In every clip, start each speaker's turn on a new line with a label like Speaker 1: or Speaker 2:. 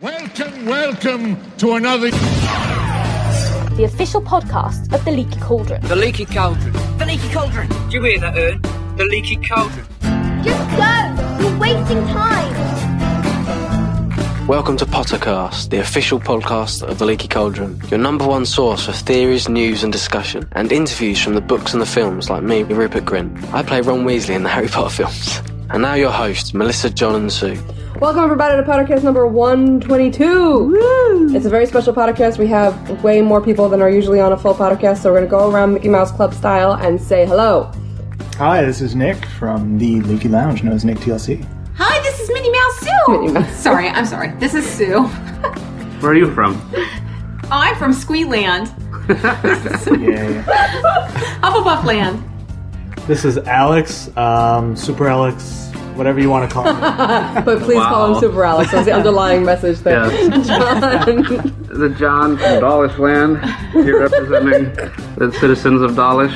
Speaker 1: Welcome, welcome to another.
Speaker 2: the official podcast of the Leaky Cauldron.
Speaker 3: The leaky cauldron.
Speaker 4: The leaky cauldron.
Speaker 3: Do you hear that, Ern? The leaky cauldron.
Speaker 5: Just go! You're wasting time!
Speaker 6: Welcome to Pottercast, the official podcast of The Leaky Cauldron, your number one source for theories, news, and discussion, and interviews from the books and the films like me, Rupert Grint. I play Ron Weasley in the Harry Potter films. And now your hosts, Melissa, John, and Sue.
Speaker 7: Welcome everybody to podcast number 122. It's a very special podcast. We have way more people than are usually on a full podcast, so we're going to go around Mickey Mouse Club style and say hello.
Speaker 8: Hi, this is Nick from the Leaky Lounge, known as Nick TLC.
Speaker 9: Hi, this is Minnie Mouse Sue.
Speaker 7: Minnie Mouse.
Speaker 9: Sorry, I'm sorry. This is Sue.
Speaker 10: Where are you from?
Speaker 9: I'm from Squeeland,
Speaker 8: Yeah.
Speaker 9: Hufflepuff Land.
Speaker 11: This is Alex, um, Super Alex, whatever you want to call me.
Speaker 7: But please call him
Speaker 10: Wow.
Speaker 7: Super Alex. That's the underlying message there.
Speaker 10: Yes.
Speaker 7: John,
Speaker 10: The John from Dawlish Land, here representing the citizens of Dawlish.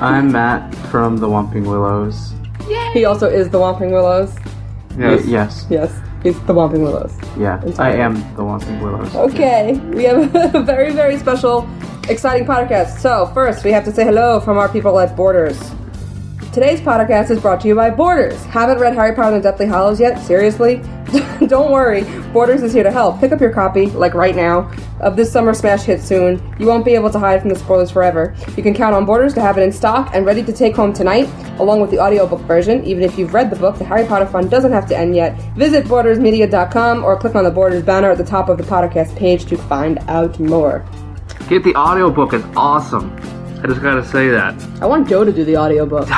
Speaker 10: I'm Matt from the Whomping Willows.
Speaker 7: he also is the Whomping Willows.
Speaker 10: Yes. yes.
Speaker 7: Yes, he's the Whomping Willows.
Speaker 10: Yeah. I am the Whomping Willows.
Speaker 7: Okay, we have a very, very special, exciting podcast. So, first, we have to say hello from our people at Borders. Today's podcast is brought to you by Borders. Haven't read Harry Potter and the Deathly Hollows yet? Seriously? Don't worry, Borders is here to help. Pick up your copy, like right now, of this summer smash hit soon. You won't be able to hide from the spoilers forever. You can count on Borders to have it in stock and ready to take home tonight, along with the audiobook version. Even if you've read the book, the Harry Potter fun doesn't have to end yet. Visit bordersmedia.com or click on the Borders banner at the top of the podcast page to find out more.
Speaker 10: Get the audiobook, it's awesome. I just gotta say that.
Speaker 7: I want Joe to do the audiobook.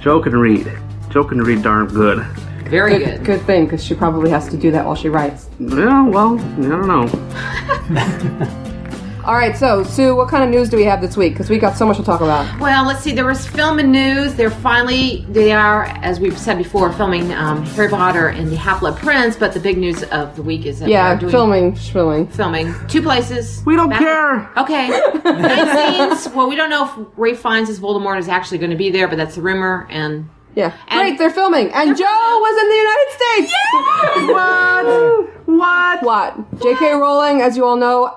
Speaker 10: Joe can read. Joe can read darn good.
Speaker 3: Very good.
Speaker 7: Good thing, because she probably has to do that while she writes.
Speaker 10: Yeah, well, I don't know.
Speaker 7: All right, so Sue, what kind of news do we have this week? Because we got so much to talk about.
Speaker 9: Well, let's see. There was film and news. They're finally they are, as we've said before, filming um, Harry Potter and the Half Blood Prince. But the big news of the week is that
Speaker 7: Yeah,
Speaker 9: they're doing
Speaker 7: filming, shrilling.
Speaker 9: filming two places.
Speaker 10: We don't
Speaker 9: Back-
Speaker 10: care!
Speaker 9: Okay. Night scenes. Well, we don't know if Ray finds his Voldemort is actually going to be there, but that's the rumor. And
Speaker 7: Yeah,
Speaker 9: And-
Speaker 7: great, they're filming, and Joe was in the United States.
Speaker 10: What? What?
Speaker 7: What? J.K. Rowling, as you all know,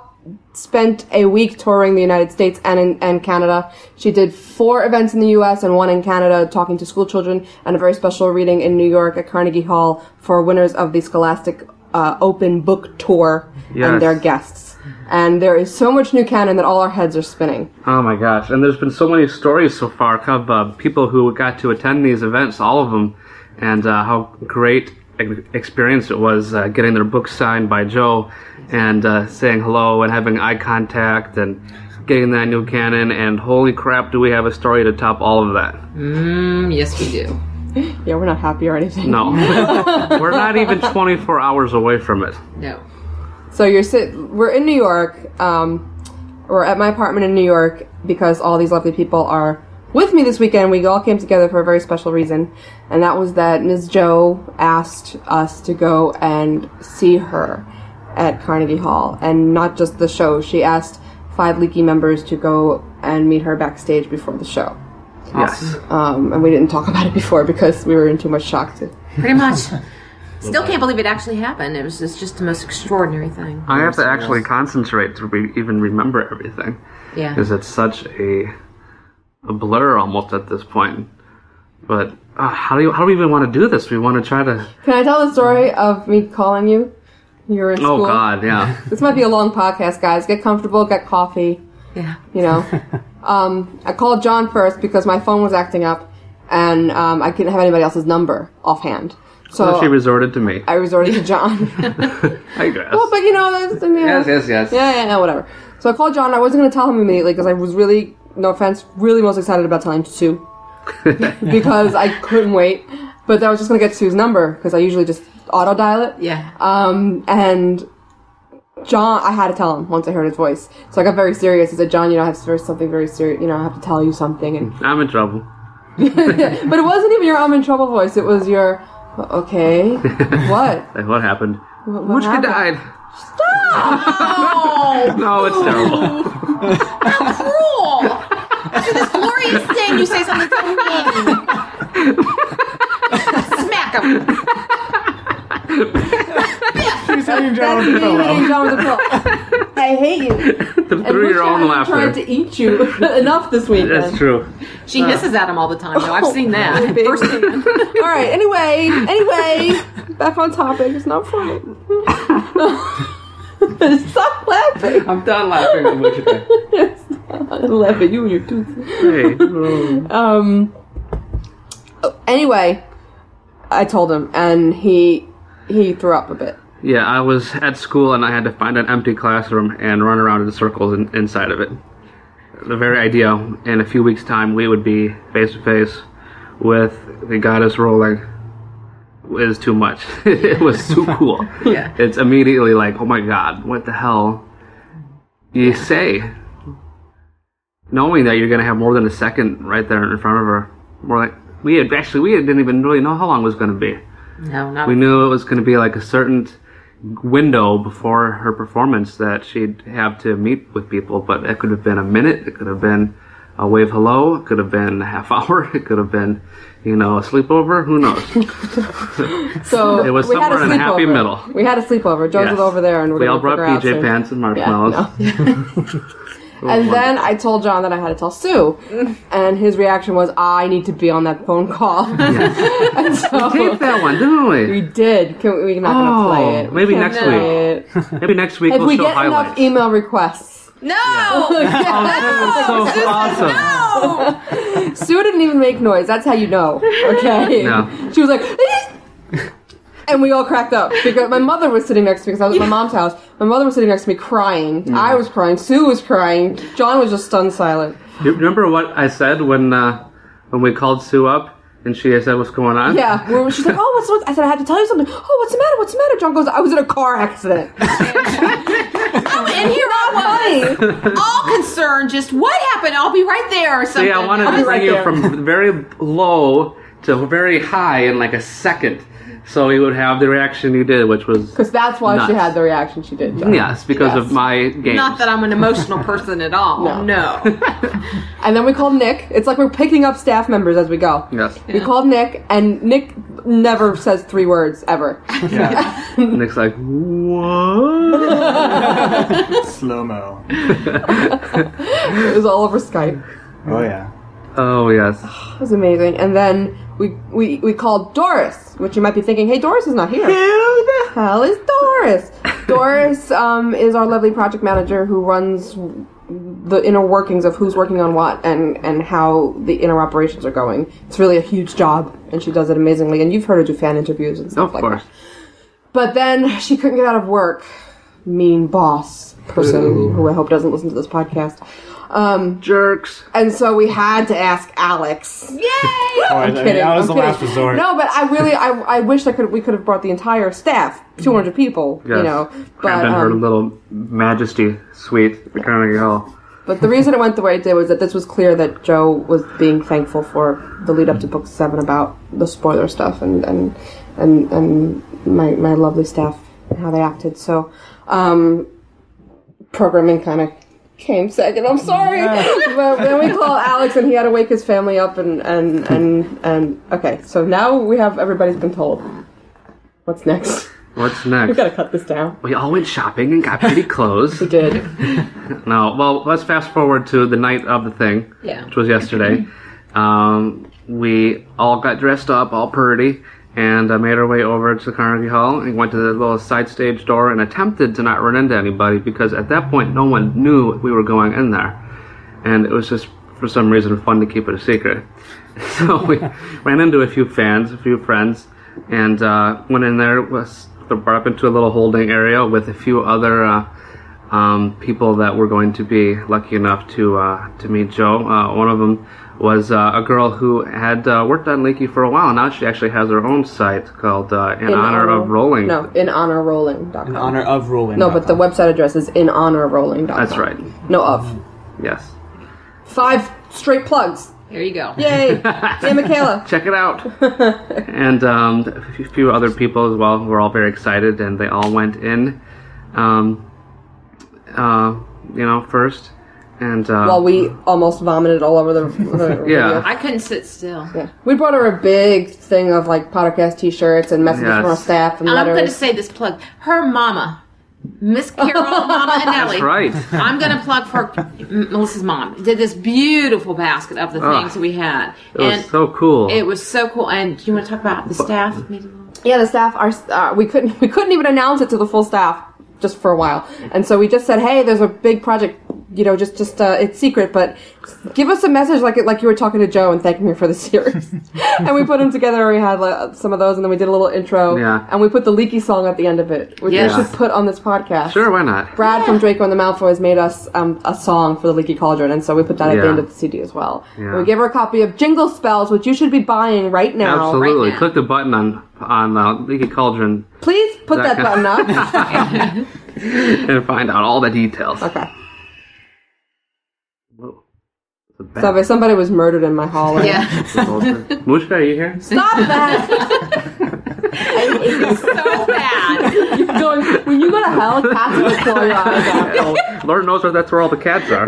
Speaker 7: spent a week touring the United States and in, and Canada. She did four events in the U.S. and one in Canada, talking to school children, and a very special reading in New York at Carnegie Hall for winners of the Scholastic uh, Open Book Tour and
Speaker 10: Yes.
Speaker 7: their guests. And there is so much new canon that all our heads are spinning.
Speaker 10: Oh my gosh! And there's been so many stories so far of uh, people who got to attend these events, all of them, and uh, how great e- experience it was uh, getting their books signed by Joe, and uh, saying hello and having eye contact and getting that new canon. And holy crap, do we have a story to top all of that?
Speaker 9: mm, yes, we do.
Speaker 7: Yeah, we're not happy or anything.
Speaker 10: No, we're not even 24 hours away from it.
Speaker 9: No.
Speaker 7: So you're sit. We're in New York. Um, we're at my apartment in New York because all these lovely people are with me this weekend. We all came together for a very special reason, and that was that Ms. Joe asked us to go and see her at Carnegie Hall, and not just the show. She asked five Leaky members to go and meet her backstage before the show.
Speaker 10: Yes,
Speaker 7: Um, and we didn't talk about it before because we were in too much shock to
Speaker 9: Pretty much. Still can't believe it actually happened. It was just, just the most extraordinary thing.
Speaker 10: I have to actually concentrate to re- even remember everything.
Speaker 9: Yeah.
Speaker 10: because it's such a a blur almost at this point. But uh, how do you, how do we even want to do this? We want to try to.
Speaker 7: Can I tell the story of me calling you? You were in
Speaker 10: Oh
Speaker 7: school.
Speaker 10: God, yeah.
Speaker 7: This might be a long podcast, guys. Get comfortable, get coffee.
Speaker 9: Yeah.
Speaker 7: You know, um, I called John first because my phone was acting up, and um, I couldn't have anybody else's number offhand. So
Speaker 10: Well, she resorted to me.
Speaker 7: I resorted to John.
Speaker 10: I guess.
Speaker 7: well, but you know, that's, you know,
Speaker 10: yes, yes, yes.
Speaker 7: yeah, yeah, no, whatever. So I called John. I wasn't going to tell him immediately because I was really, no offense, really most excited about telling Sue because I couldn't wait. But then I was just going to get Sue's number because I usually just auto dial it.
Speaker 9: Yeah.
Speaker 7: Um, and John, I had to tell him once I heard his voice. So I got very serious. I said, John, you know, I have very- something very serious. You know, I have to tell you something. And
Speaker 10: I'm in trouble.
Speaker 7: but it wasn't even your I'm in trouble voice. It was your okay, what?
Speaker 10: Like, what happened?
Speaker 7: what
Speaker 10: Which kid
Speaker 7: happened?
Speaker 10: died? Stop! no, it's terrible.
Speaker 9: cruel. After this glorious thing, you say something so mean. Smack him.
Speaker 8: She's having John
Speaker 7: That's me
Speaker 8: with the
Speaker 7: hitting
Speaker 8: pillow.
Speaker 7: John with a pillow. I hate you. I
Speaker 9: The
Speaker 7: wish I
Speaker 9: three-year-old
Speaker 7: hadn't
Speaker 9: laughter.
Speaker 7: tried to eat you enough this weekend.
Speaker 9: That's true.
Speaker 5: She hisses at him all the time, though.
Speaker 7: Oh.
Speaker 5: I've seen that.
Speaker 7: Big. All right. Anyway, anyway, back on topic. It's not funny. Stop laughing.
Speaker 9: I'm done laughing at what you think.
Speaker 7: I laugh at you and your tooth.
Speaker 9: Hey, um,
Speaker 7: Um. oh, Anyway, I told him, and he he threw up a bit.
Speaker 9: yeah, I was at school and I had to find an empty classroom and run around in circles in, inside of it. The very idea, in a few weeks' time, we would be face to face with the goddess rolling is too much. it was too cool.
Speaker 5: Yeah.
Speaker 9: It's immediately like, oh my god, what the hell you say? Knowing that you're gonna have more than a second right there in front of her. More like we had actually we didn't even really know how long it was gonna be.
Speaker 5: No, not.
Speaker 9: We knew it was going to be like a certain window before her performance that she'd have to meet with people, but it could have been a minute, it could have been a wave hello, it could have been a half hour, it could have been, you know, a sleepover, who knows?
Speaker 7: So
Speaker 9: It was
Speaker 7: we had a
Speaker 9: somewhere in a happy
Speaker 7: sleepover.
Speaker 9: middle.
Speaker 7: We had a sleepover. Jones
Speaker 9: Yes.
Speaker 7: was over there, and we're
Speaker 9: we
Speaker 7: gonna
Speaker 9: all brought
Speaker 7: figure out
Speaker 9: PJ
Speaker 7: soon.
Speaker 9: pants and
Speaker 7: Yeah,
Speaker 9: marshmallows.
Speaker 7: no. and then I told John that I had to tell Sue, and his reaction was, "I need to be on that phone call." and
Speaker 9: Tape
Speaker 7: so
Speaker 9: that one, didn't
Speaker 7: we
Speaker 9: we?
Speaker 7: did. Can we, we're not gonna
Speaker 9: Oh,
Speaker 7: play it. We
Speaker 9: maybe
Speaker 7: can't
Speaker 9: next
Speaker 7: play it.
Speaker 9: Maybe next week
Speaker 7: If
Speaker 9: we'll
Speaker 7: we
Speaker 9: show
Speaker 7: get enough
Speaker 9: highlights.
Speaker 7: email requests.
Speaker 12: No!
Speaker 9: oh, that was so awesome.
Speaker 7: Sue didn't even make noise. That's how you know. Okay.
Speaker 9: No.
Speaker 7: She was like, "Eh." and we all cracked up because my mother was sitting next to me because I was at my mom's house. My mother was sitting next to me crying.
Speaker 5: Mm.
Speaker 7: I was crying. Sue was crying. John was just stunned silent.
Speaker 9: You remember what I said when uh, when we called Sue up and she said what's going on?
Speaker 7: Yeah. Where she's like, "Oh, what's what's?" I said, "I have to tell you something." Oh, what's the matter? What's the matter? John goes, "I was in a car accident."
Speaker 5: and here I was, all concerned. Just what happened? I'll be right there or something.
Speaker 9: See, I wanted to
Speaker 7: be
Speaker 9: bring
Speaker 7: right
Speaker 9: you
Speaker 7: there.
Speaker 9: from very low to very high in like a second, so you would have the reaction you did, which was
Speaker 7: Because that's why she
Speaker 9: Nuts.
Speaker 7: had the reaction she did. John.
Speaker 9: yes, because of my game.
Speaker 5: Not that I'm an emotional person at all.
Speaker 7: No.
Speaker 5: No.
Speaker 7: And then we called Nick. It's like we're picking up staff members as we go.
Speaker 9: Yes,
Speaker 7: We called Nick, and Nick never says three words ever.
Speaker 8: Yeah.
Speaker 9: Nick's like what?
Speaker 8: Slow mo.
Speaker 7: It was all over Skype.
Speaker 8: Oh, yeah.
Speaker 9: oh yes,
Speaker 7: It was amazing. And then we, we, we called Doris, which you might be thinking, hey, Doris is not here. Who the hell is Doris? Doris um, is our lovely project manager who runs the inner workings of who's working on what and, and how the inner operations are going. It's really a huge job, and she does it amazingly. And you've heard her do fan interviews and stuff
Speaker 9: of
Speaker 7: like
Speaker 9: course.
Speaker 7: that. But then she couldn't get out of work. Mean boss person who I hope doesn't listen to this podcast. Um,
Speaker 9: Jerks.
Speaker 7: and so we had to ask Alex.
Speaker 8: Oh, I, I
Speaker 7: I'm
Speaker 8: mean,
Speaker 7: kidding.
Speaker 8: that was
Speaker 7: I'm
Speaker 8: the
Speaker 7: kidding.
Speaker 8: last resort.
Speaker 7: No, but I really, I, I wish I could. We could have brought the entire staff, two hundred people. You
Speaker 9: Yes.
Speaker 7: know, but
Speaker 9: Crammed in her
Speaker 7: um,
Speaker 9: little Majesty suite, the Carnegie Hall.
Speaker 7: but the reason it went the way it did was that this was clear that Joe was being thankful for the lead up to book seven about the spoiler stuff and and and and my my lovely staff and how they acted. So, um, programming kind of came second. I'm sorry, but then we call Alex and he had to wake his family up and and and and okay. So now we have everybody's been told. What's next?
Speaker 9: What's
Speaker 7: We
Speaker 9: next?
Speaker 7: gotta cut this down.
Speaker 9: We all went shopping and got pretty clothes.
Speaker 7: We did.
Speaker 9: No, well, let's fast forward to the night of the thing,
Speaker 5: Yeah.
Speaker 9: which was yesterday. um, we all got dressed up, all pretty, and uh, made our way over to Carnegie Hall and went to the little side stage door and attempted to not run into anybody because at that point no one knew we were going in there, and it was just for some reason fun to keep it a secret. so we ran into a few fans, a few friends, and uh, went in there was brought up into a little holding area with a few other. Uh, um, people that were going to be lucky enough to uh, to meet Joe. Uh, one of them was uh, a girl who had uh, worked on Leaky for a while, and now she actually has her own site called uh, In, Honor, of Rolling.
Speaker 7: No, in honor rolling.com.
Speaker 10: In honor of Roland.
Speaker 7: No, but the website address is in honor rolling.com.
Speaker 9: That's right.
Speaker 7: No
Speaker 10: Mm.
Speaker 7: of.
Speaker 9: Yes.
Speaker 7: Five straight plugs.
Speaker 5: There you go.
Speaker 7: Yay! Yay, Michaela.
Speaker 9: Check it out. and um, a f- few other people as well were all very excited, and they all went in, um, uh, you know, first. And uh,
Speaker 7: While we almost vomited all over the, the
Speaker 9: Yeah.
Speaker 5: I couldn't sit still.
Speaker 7: Yeah. We brought her a big thing of like podcast T-shirts and messages
Speaker 9: Yes.
Speaker 7: from our staff and
Speaker 5: I'm going to
Speaker 7: letters.
Speaker 5: say this plug. Her mama, Miss Carol, Mama and Ellie.
Speaker 9: that's right.
Speaker 5: I'm going to plug for M- Melissa's mom. Did this beautiful basket of the
Speaker 9: Ah.
Speaker 5: things that we had.
Speaker 9: It was
Speaker 5: and
Speaker 9: so cool.
Speaker 5: it was so cool. And do you want to talk about the staff? Maybe?
Speaker 7: yeah, the staff. Our uh, we couldn't we couldn't even announce it to the full staff just for a while, and so we just said, hey, there's a big project. You know, just just uh, it's secret, but give us a message like it like you were talking to Joe and thanking her for the series. and we put them together. We had like, some of those, and then we did a little intro.
Speaker 9: Yeah.
Speaker 7: And we put the leaky song at the end of it, which
Speaker 5: Yes.
Speaker 7: we should put on this podcast.
Speaker 9: sure, why not?
Speaker 7: Brad from Draco and the Malfoys made us um, a song for the Leaky Cauldron, and so we put that at the
Speaker 9: Yeah.
Speaker 7: end of the CD as well.
Speaker 9: Yeah.
Speaker 7: We gave her a copy of Jingle Spells, which you should be buying right now.
Speaker 9: Absolutely.
Speaker 5: now.
Speaker 9: Click the button on on uh, Leaky Cauldron
Speaker 7: Please put that,
Speaker 9: That
Speaker 7: button up.
Speaker 9: and find out all the details.
Speaker 7: okay.
Speaker 9: Whoa. It's a bat.
Speaker 7: So if somebody was murdered in my hallway.
Speaker 5: Yeah.
Speaker 9: Mushka, are you here?
Speaker 7: Stop that!
Speaker 5: so bad.
Speaker 7: You're going, when you go to hell, cats will claw your eyes out.
Speaker 9: Oh, Lord knows where that's where all the cats are.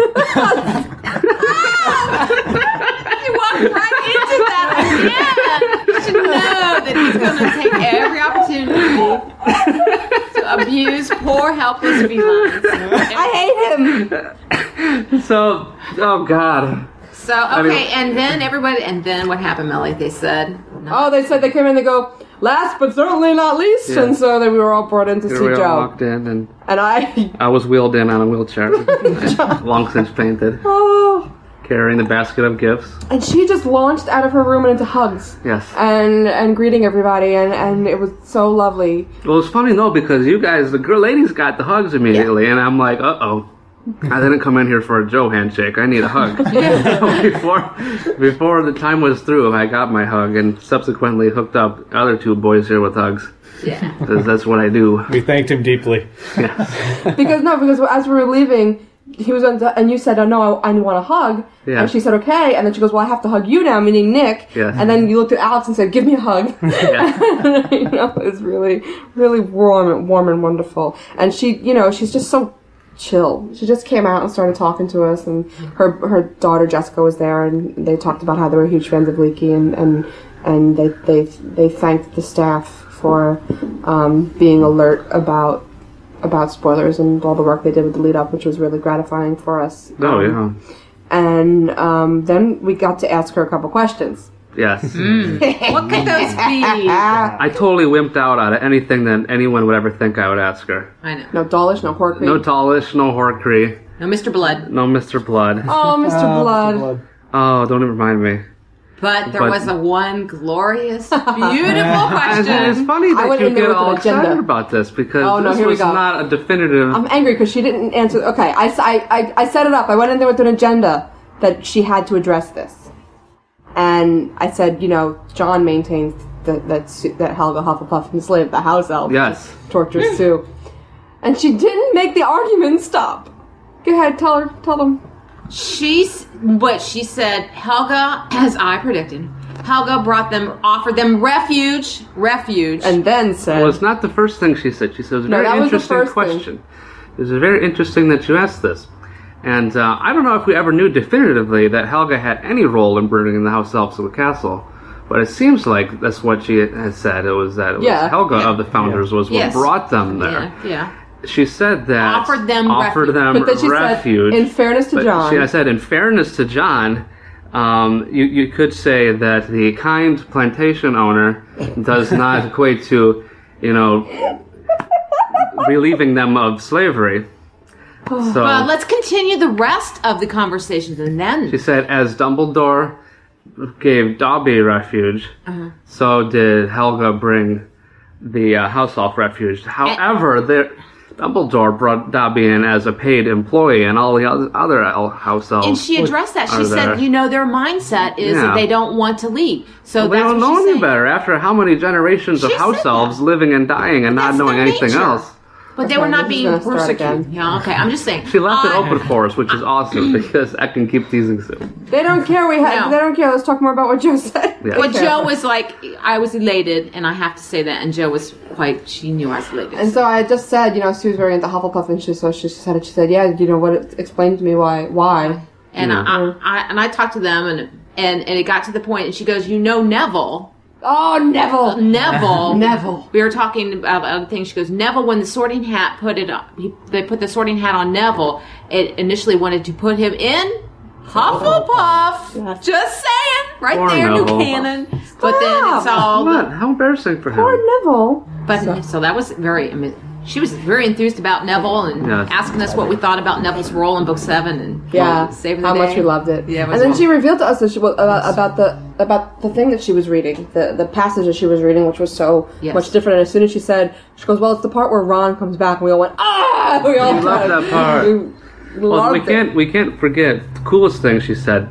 Speaker 5: You walked right into that again. You should know that he's going to take every opportunity to abuse poor, helpless felines.
Speaker 7: I hate him!
Speaker 9: So, oh god.
Speaker 5: So okay,
Speaker 9: mean-
Speaker 5: and then everybody, and then what happened, Melly? They said, no.
Speaker 7: Oh, they said they came in, they go, last but certainly not least,
Speaker 9: Yeah.
Speaker 7: and so then we were all brought in to
Speaker 9: Here
Speaker 7: see
Speaker 9: we all
Speaker 7: Joe.
Speaker 9: walked in, and
Speaker 7: And I,
Speaker 9: I was wheeled in on a wheelchair, long since fainted,
Speaker 7: oh,
Speaker 9: carrying the basket of gifts.
Speaker 7: and she just launched out of her room and into hugs.
Speaker 9: Yes.
Speaker 7: and and greeting everybody and and it was so lovely
Speaker 9: Well, it's funny though because you guys, the girl ladies, got the hugs immediately, and I'm like, uh oh. I didn't come in here for a Joe handshake. I need a hug. before, before the time was through, I got my hug and subsequently hooked up other two boys here with hugs.
Speaker 5: Yeah.
Speaker 9: 'Cause that's what I do.
Speaker 10: We thanked him deeply.
Speaker 7: because no because as we were leaving he was on the, and you said oh no I, I want a hug
Speaker 9: Yeah.
Speaker 7: and she said okay and then she goes well I have to hug you now meaning Nick
Speaker 9: Yes.
Speaker 7: and then you looked at Alex and said give me a hug
Speaker 9: Yeah.
Speaker 7: you know it's really really warm and warm and wonderful and she you know she's just so chill she just came out and started talking to us and her her daughter Jessica was there and they talked about how they were huge fans of Leaky and and and they they they thanked the staff for um, being alert about about spoilers and all the work they did with the lead up which was really gratifying for us
Speaker 9: Oh yeah.
Speaker 7: and um, then we got to ask her a couple questions
Speaker 9: Yes.
Speaker 5: Mm. What could those be?
Speaker 9: I totally wimped out on anything that anyone would ever think I would ask her.
Speaker 5: I know.
Speaker 7: no dollish no horcrux
Speaker 9: No tallish, no horcree,
Speaker 5: No, Mr. Blood,
Speaker 9: no Mr. Blood.
Speaker 7: oh Mr. Blood.
Speaker 9: Oh, don't even remind me.
Speaker 5: but there
Speaker 9: But-
Speaker 5: was a one glorious, beautiful
Speaker 9: It's, it's
Speaker 5: question.
Speaker 9: funny that
Speaker 7: went
Speaker 9: you
Speaker 7: in there
Speaker 9: get
Speaker 7: with an
Speaker 9: all
Speaker 7: agenda.
Speaker 9: excited about this because
Speaker 7: Oh, no,
Speaker 9: this
Speaker 7: here we
Speaker 9: was
Speaker 7: go.
Speaker 9: not a definitive.
Speaker 5: Um,
Speaker 7: I'm angry because she didn't answer. Okay, I, s- I- I- I set it up. I went in there with an agenda that she had to address this. And I said, you know, John maintains that that, Su- that Helga Hufflepuff enslaved the house elf.
Speaker 9: Yes.
Speaker 7: Tortures Sue. And she didn't make the argument stop. Go ahead, tell her, tell them.
Speaker 5: She's what she said. Helga, as I predicted, Helga brought them, offered them refuge, refuge.
Speaker 7: And then said,
Speaker 9: Well, it's not the first thing she said. She said it was a
Speaker 7: No,
Speaker 9: very
Speaker 7: that was the
Speaker 9: interesting
Speaker 7: first thing.
Speaker 9: question. It was very interesting that you asked this. And uh, I don't know if we ever knew definitively that Helga had any role in burning the House Elves of the Castle, but it seems like that's what she had said. It was that it was
Speaker 7: Yeah.
Speaker 9: Helga of the Founders was what
Speaker 5: Yes.
Speaker 9: brought them there.
Speaker 5: yeah, yeah.
Speaker 9: She said that
Speaker 5: Offered them
Speaker 9: offered
Speaker 5: refuge.
Speaker 9: them
Speaker 7: but then she
Speaker 9: refuge.
Speaker 7: said, in fairness to
Speaker 9: But
Speaker 7: John,
Speaker 9: She, I said, in fairness to John, um, you, you could say that the kind plantation owner does not equate to, you know, relieving them of slavery. So
Speaker 5: Well, let's continue the rest of the conversations, and then
Speaker 9: she said, as Dumbledore gave Dobby refuge,
Speaker 5: Uh-huh.
Speaker 9: so did Helga bring the uh, House Elf refuge. However, there. Dumbledore brought Dobby in as a paid employee, and all the oth- other el- house elves.
Speaker 5: And she addressed that. She
Speaker 9: are
Speaker 5: said,
Speaker 9: there.
Speaker 5: you know, their mindset is
Speaker 9: Yeah.
Speaker 5: that they don't want to leave. So
Speaker 9: They
Speaker 5: that's
Speaker 9: don't
Speaker 5: what
Speaker 9: know
Speaker 5: she's
Speaker 9: any
Speaker 5: saying.
Speaker 9: better after how many generations
Speaker 5: She
Speaker 9: of house
Speaker 5: said
Speaker 9: elves
Speaker 5: that.
Speaker 9: living and dying and not
Speaker 5: That's
Speaker 9: knowing
Speaker 5: their
Speaker 9: anything
Speaker 5: nature.
Speaker 9: else. But they were
Speaker 7: fine,
Speaker 9: not
Speaker 7: we're just
Speaker 9: being
Speaker 7: gonna start
Speaker 9: persecuted.
Speaker 7: again.
Speaker 9: Yeah, okay. I'm just saying.
Speaker 10: She left it
Speaker 5: Uh,
Speaker 9: I-
Speaker 10: open for us, which is awesome because I can keep teasing soon.
Speaker 7: They don't care. We have.
Speaker 9: No.
Speaker 7: They don't care. Let's talk more about what Joe said.
Speaker 10: Yeah.
Speaker 9: But
Speaker 7: Okay.
Speaker 9: Joe was like, I was elated, and I have to say that. And Joe was quite, she knew I was
Speaker 7: And
Speaker 9: elated.
Speaker 7: so I just said, you know, she was very into Hufflepuff, and she so she said, she said, yeah, you know, what it explained to me why why.
Speaker 9: And I,
Speaker 7: Mm-hmm.
Speaker 9: I, I and I talked to them, and and and it got to the point, and she goes, you know, Neville,
Speaker 7: Oh, Neville,
Speaker 9: Neville,
Speaker 7: Neville.
Speaker 9: We were talking about other things. She goes, Neville, when the Sorting Hat put it, on, he, they put the Sorting Hat on Neville. It initially wanted to put him in Hufflepuff. Just saying, right
Speaker 10: Poor
Speaker 9: there,
Speaker 10: Neville.
Speaker 9: new canon. But then it's all.
Speaker 10: What? How embarrassing for him.
Speaker 7: Poor Neville.
Speaker 9: But so, that was very. I mean, she was very enthused about Neville and
Speaker 10: Yes.
Speaker 9: asking us what we thought about Neville's role in Book Seven and
Speaker 7: Yeah,
Speaker 9: saving the
Speaker 7: how
Speaker 9: day.
Speaker 7: much we loved it.
Speaker 9: Yeah, it
Speaker 7: and
Speaker 9: was
Speaker 7: then
Speaker 9: well-
Speaker 7: she revealed to us that she was, about, about the about the thing that she was reading, the the passage that she was reading, which was so
Speaker 9: Yes.
Speaker 7: much different. And as soon as she said, she goes, "Well, it's the part where Ron comes back," and we all went, "Ah!" We all
Speaker 10: We love that part.
Speaker 7: We
Speaker 10: Well,
Speaker 7: loved
Speaker 10: we
Speaker 7: it.
Speaker 10: can't we can't forget the coolest thing she said,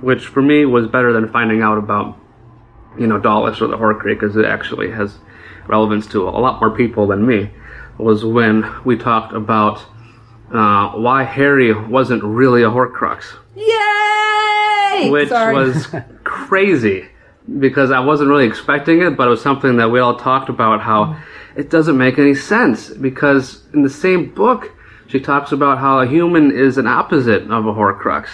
Speaker 10: which for me was better than finding out about, you know, Dawlish or the Horcrux because it actually has relevance to a lot more people than me. Was when we talked about uh, why Harry wasn't really a Horcrux,
Speaker 7: Yay!
Speaker 10: which
Speaker 7: Sorry.
Speaker 10: was crazy because I wasn't really expecting it, but it was something that we all talked about how it doesn't make any sense because in the same book she talks about how a human is an opposite of a Horcrux,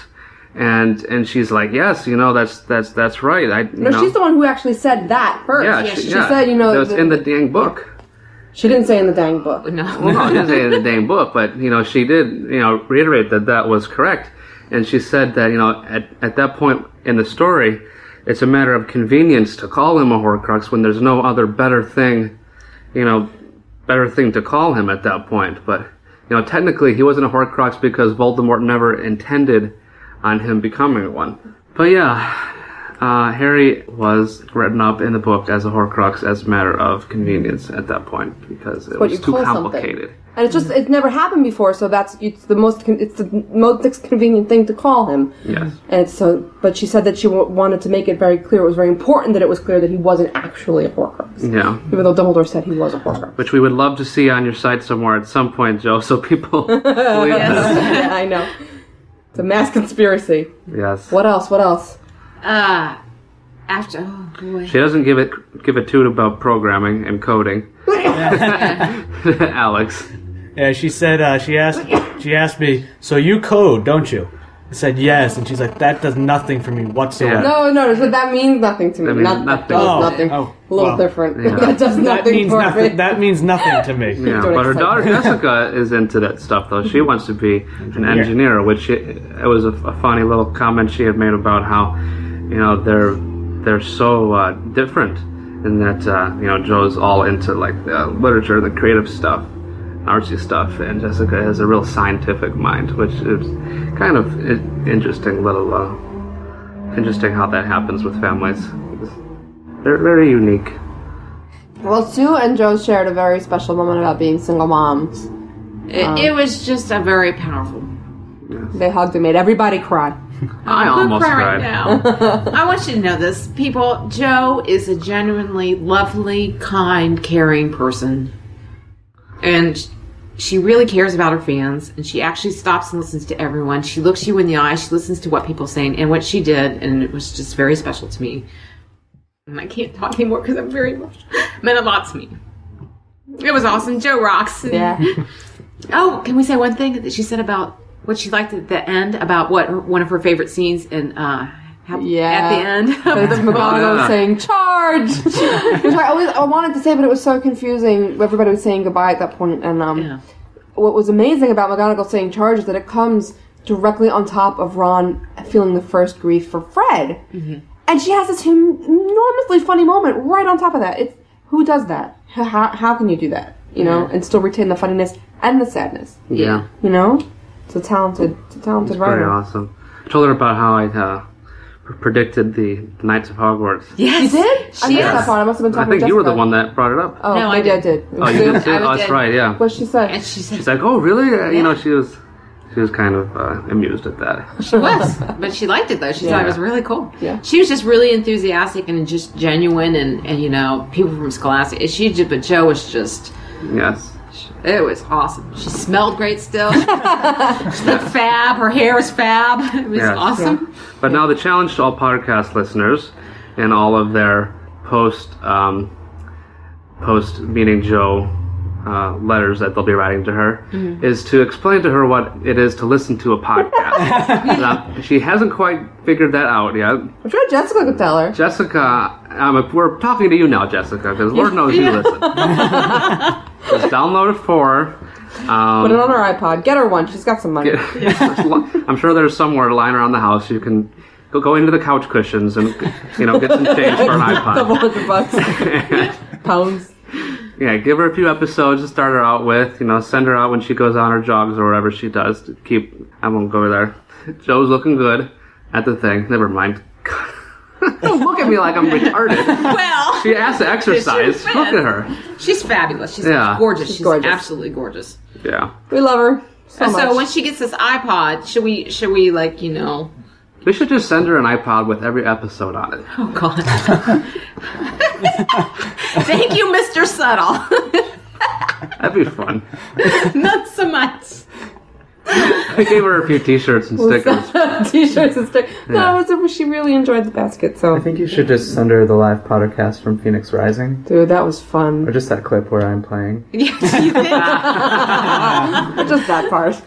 Speaker 10: and and she's like, yes, you know that's that's that's right. I you
Speaker 7: no,
Speaker 10: know,
Speaker 7: she's the one who actually said that first.
Speaker 10: yeah,
Speaker 7: she,
Speaker 10: yeah.
Speaker 7: said,
Speaker 10: That
Speaker 7: you know,
Speaker 10: was
Speaker 7: the-
Speaker 10: in the dang book.
Speaker 7: she didn't say in the dang book.
Speaker 9: No.
Speaker 10: Well, no, I didn't say it in the dang book, but you know, she did, you know, reiterate that that was correct, and she said that you know, at at that point in the story, it's a matter of convenience to call him a Horcrux when there's no other better thing, you know, better thing to call him at that point. But you know, technically, he wasn't a Horcrux because Voldemort never intended on him becoming one. But yeah. Uh, Harry was written up in the book as a Horcrux as a matter of convenience at that point because it
Speaker 7: What
Speaker 10: was
Speaker 7: you
Speaker 10: too
Speaker 7: call something.
Speaker 10: complicated.
Speaker 7: And it's just it's never happened before, so that's it's the most con- it's the most convenient thing to call him.
Speaker 10: Yes.
Speaker 7: And so, but she said that she w- wanted to make it very clear. It was very important that it was clear that he wasn't actually a Horcrux,
Speaker 10: Yeah.
Speaker 7: even though Dumbledore said he was a Horcrux.
Speaker 10: Which we would love to see on your site somewhere at some point, Joe, so people believe us.
Speaker 7: yeah, I know. It's a mass conspiracy.
Speaker 10: Yes.
Speaker 7: What else? What else?
Speaker 9: Uh, after oh boy,
Speaker 10: She doesn't give it give a toot about programming and coding. Alex.
Speaker 13: Yeah, she said uh, she asked she asked me, so you code, don't you? I said yes, and she's like, that does nothing for me whatsoever.
Speaker 10: Yeah.
Speaker 7: No, no, so that means nothing to me.
Speaker 10: That means
Speaker 7: Not-
Speaker 10: nothing.
Speaker 7: That does
Speaker 13: Oh,
Speaker 7: nothing.
Speaker 13: oh,
Speaker 7: a little
Speaker 13: well,
Speaker 7: different.
Speaker 10: yeah.
Speaker 7: that does nothing
Speaker 13: That means
Speaker 7: for me.
Speaker 13: nothing. That means nothing to me.
Speaker 10: Yeah,
Speaker 7: Don't
Speaker 10: but her
Speaker 7: excite
Speaker 10: daughter Jessica is into that stuff though. She wants to be an engineer, which she, it was a, a funny little comment she had made about how, you know, they're they're so uh, different, in that uh, you know Joe's all into like the literature, the creative stuff, artsy stuff, and Jessica has a real scientific mind, which is kind of i- interesting little uh, interesting how that happens with families. They're very unique.
Speaker 7: Well, Sue and Joe shared a very special moment about being single moms.
Speaker 9: it, it was just a very powerful.
Speaker 7: They hugged and made everybody cry.
Speaker 10: I
Speaker 9: I'm
Speaker 10: almost
Speaker 9: cry
Speaker 10: cried.
Speaker 9: right now. I want you to know this, people. Joe is a genuinely lovely, kind, caring person, and she really cares about her fans. And she actually stops and listens to everyone. She looks you in the eye. She listens to what people are saying and what she did, and it was just very special to me. And I can't talk anymore because I'm very emotional. Meant a lot to me. It was awesome. Joe rocks.
Speaker 7: Yeah.
Speaker 9: Oh, can we say one thing that she said about what she liked at the end about what her, one of her favorite scenes in uh hap-
Speaker 7: Yeah.
Speaker 9: at the end
Speaker 7: It's McGonagall
Speaker 10: Yeah.
Speaker 7: saying "charge," which I always I wanted to say, but it was so confusing. Everybody was saying goodbye at that point, and um,
Speaker 9: Yeah.
Speaker 7: what was amazing about McGonagall saying "charge" is that it comes directly on top of Ron feeling the first grief for Fred,
Speaker 10: Mm-hmm.
Speaker 7: and she has this hum- enormously funny moment right on top of that. It's who does that? How, how, how can you do that? You know, and still retain the funniness and the sadness.
Speaker 10: yeah.
Speaker 7: You know, it's a talented, it's a talented
Speaker 10: Very
Speaker 7: writer.
Speaker 10: awesome. I told her about how I uh, p- predicted the Knights of Hogwarts.
Speaker 9: Yes,
Speaker 7: You did? I missed
Speaker 9: Yes.
Speaker 7: that part. I must have been
Speaker 10: I
Speaker 7: talking.
Speaker 10: think
Speaker 7: to
Speaker 10: you were the
Speaker 7: Jessica.
Speaker 10: one that brought it up.
Speaker 7: Oh,
Speaker 9: No, I
Speaker 7: maybe I
Speaker 9: did.
Speaker 7: did.
Speaker 10: oh, you did
Speaker 9: I
Speaker 10: too. Oh, that's
Speaker 9: did.
Speaker 10: right. Yeah.
Speaker 7: What'd she say?
Speaker 9: and she said
Speaker 10: She's like, oh, really? Uh, You know,
Speaker 9: Yeah.
Speaker 10: she was, she was kind of uh, amused at that.
Speaker 9: she was, but she liked it though. She thought it was really cool.
Speaker 7: Yeah.
Speaker 9: she was just really enthusiastic and just genuine, and, and you know, people from Scholastic. She did, but Joe was just
Speaker 10: Yes.
Speaker 5: gosh, it was awesome. She smelled great still. she looked fab. Her hair was fab. It was
Speaker 9: Yes.
Speaker 5: awesome.
Speaker 9: But now the challenge to all podcast listeners and all of their post um, post meeting Joe uh, letters that they'll be writing to her is to explain to her what it is to listen to a podcast. Now, she hasn't quite figured that out yet.
Speaker 7: I'm sure Jessica could tell her.
Speaker 9: Jessica, um, we're talking to you now, Jessica, because Lord knows you listen. Just download it for her. Um,
Speaker 7: Put it on her iPod. Get her one. She's got some money.
Speaker 9: I'm sure there's somewhere lying around the house you can go, go into the couch cushions and you know get some change for an
Speaker 7: Couple
Speaker 9: iPod.
Speaker 7: hundred bucks. Pounds.
Speaker 9: Yeah, give her a few episodes to start her out with. You know, send her out when she goes on her jogs or whatever she does. To keep I won't go there. Joe's looking good at the thing. Never mind. Don't look at me like I'm retarded.
Speaker 5: Well,
Speaker 9: She has to exercise. Look at her.
Speaker 5: she's fabulous. She's
Speaker 9: Yeah.
Speaker 5: gorgeous. She's,
Speaker 7: She's gorgeous.
Speaker 5: absolutely gorgeous.
Speaker 9: Yeah.
Speaker 7: We love her so much.
Speaker 5: So when she gets this iPod, should we? Should we like you know?
Speaker 9: We should just send her an iPod with every episode on it.
Speaker 5: Oh God! Thank you, Mr. Subtle.
Speaker 9: That'd be fun.
Speaker 5: Not so much.
Speaker 9: I gave her a few T-shirts and stickers.
Speaker 7: T-shirts and stuff. No, it was, she really enjoyed the basket.
Speaker 11: I
Speaker 7: So,
Speaker 11: think you should just send her the live podcast from Phoenix Rising,
Speaker 7: dude, that was
Speaker 11: or
Speaker 7: fun.
Speaker 11: just that clip where I'm playing.
Speaker 5: Yeah, do you think?
Speaker 7: Just that part.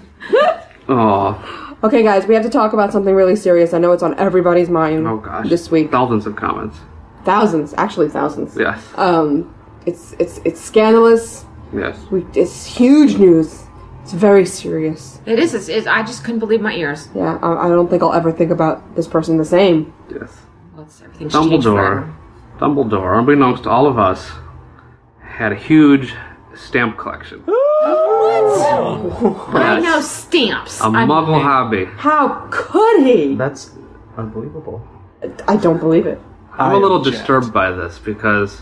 Speaker 9: Oh,
Speaker 7: Okay, guys, we have to talk about something really serious. I know it's on everybody's mind
Speaker 9: oh gosh.
Speaker 7: this week.
Speaker 9: thousands of comments.
Speaker 7: Thousands, actually thousands.
Speaker 9: Yes.
Speaker 7: Um, it's it's it's scandalous.
Speaker 9: yes.
Speaker 7: We, it's huge news. It's very serious.
Speaker 5: It is. It's, it's, I just couldn't believe my ears.
Speaker 7: Yeah, I, I don't think I'll ever think about this person the same.
Speaker 9: Yes.
Speaker 5: What's everything's changed
Speaker 9: Dumbledore.
Speaker 5: forever.
Speaker 9: Dumbledore, unbeknownst to all of us, had a huge stamp collection.
Speaker 5: I
Speaker 9: Yes.
Speaker 5: know stamps.
Speaker 9: A
Speaker 5: I'm-
Speaker 9: muggle hobby.
Speaker 7: How could he?
Speaker 11: That's unbelievable.
Speaker 7: I don't believe it.
Speaker 9: I'm a
Speaker 8: I
Speaker 9: little
Speaker 8: object.
Speaker 9: disturbed by this because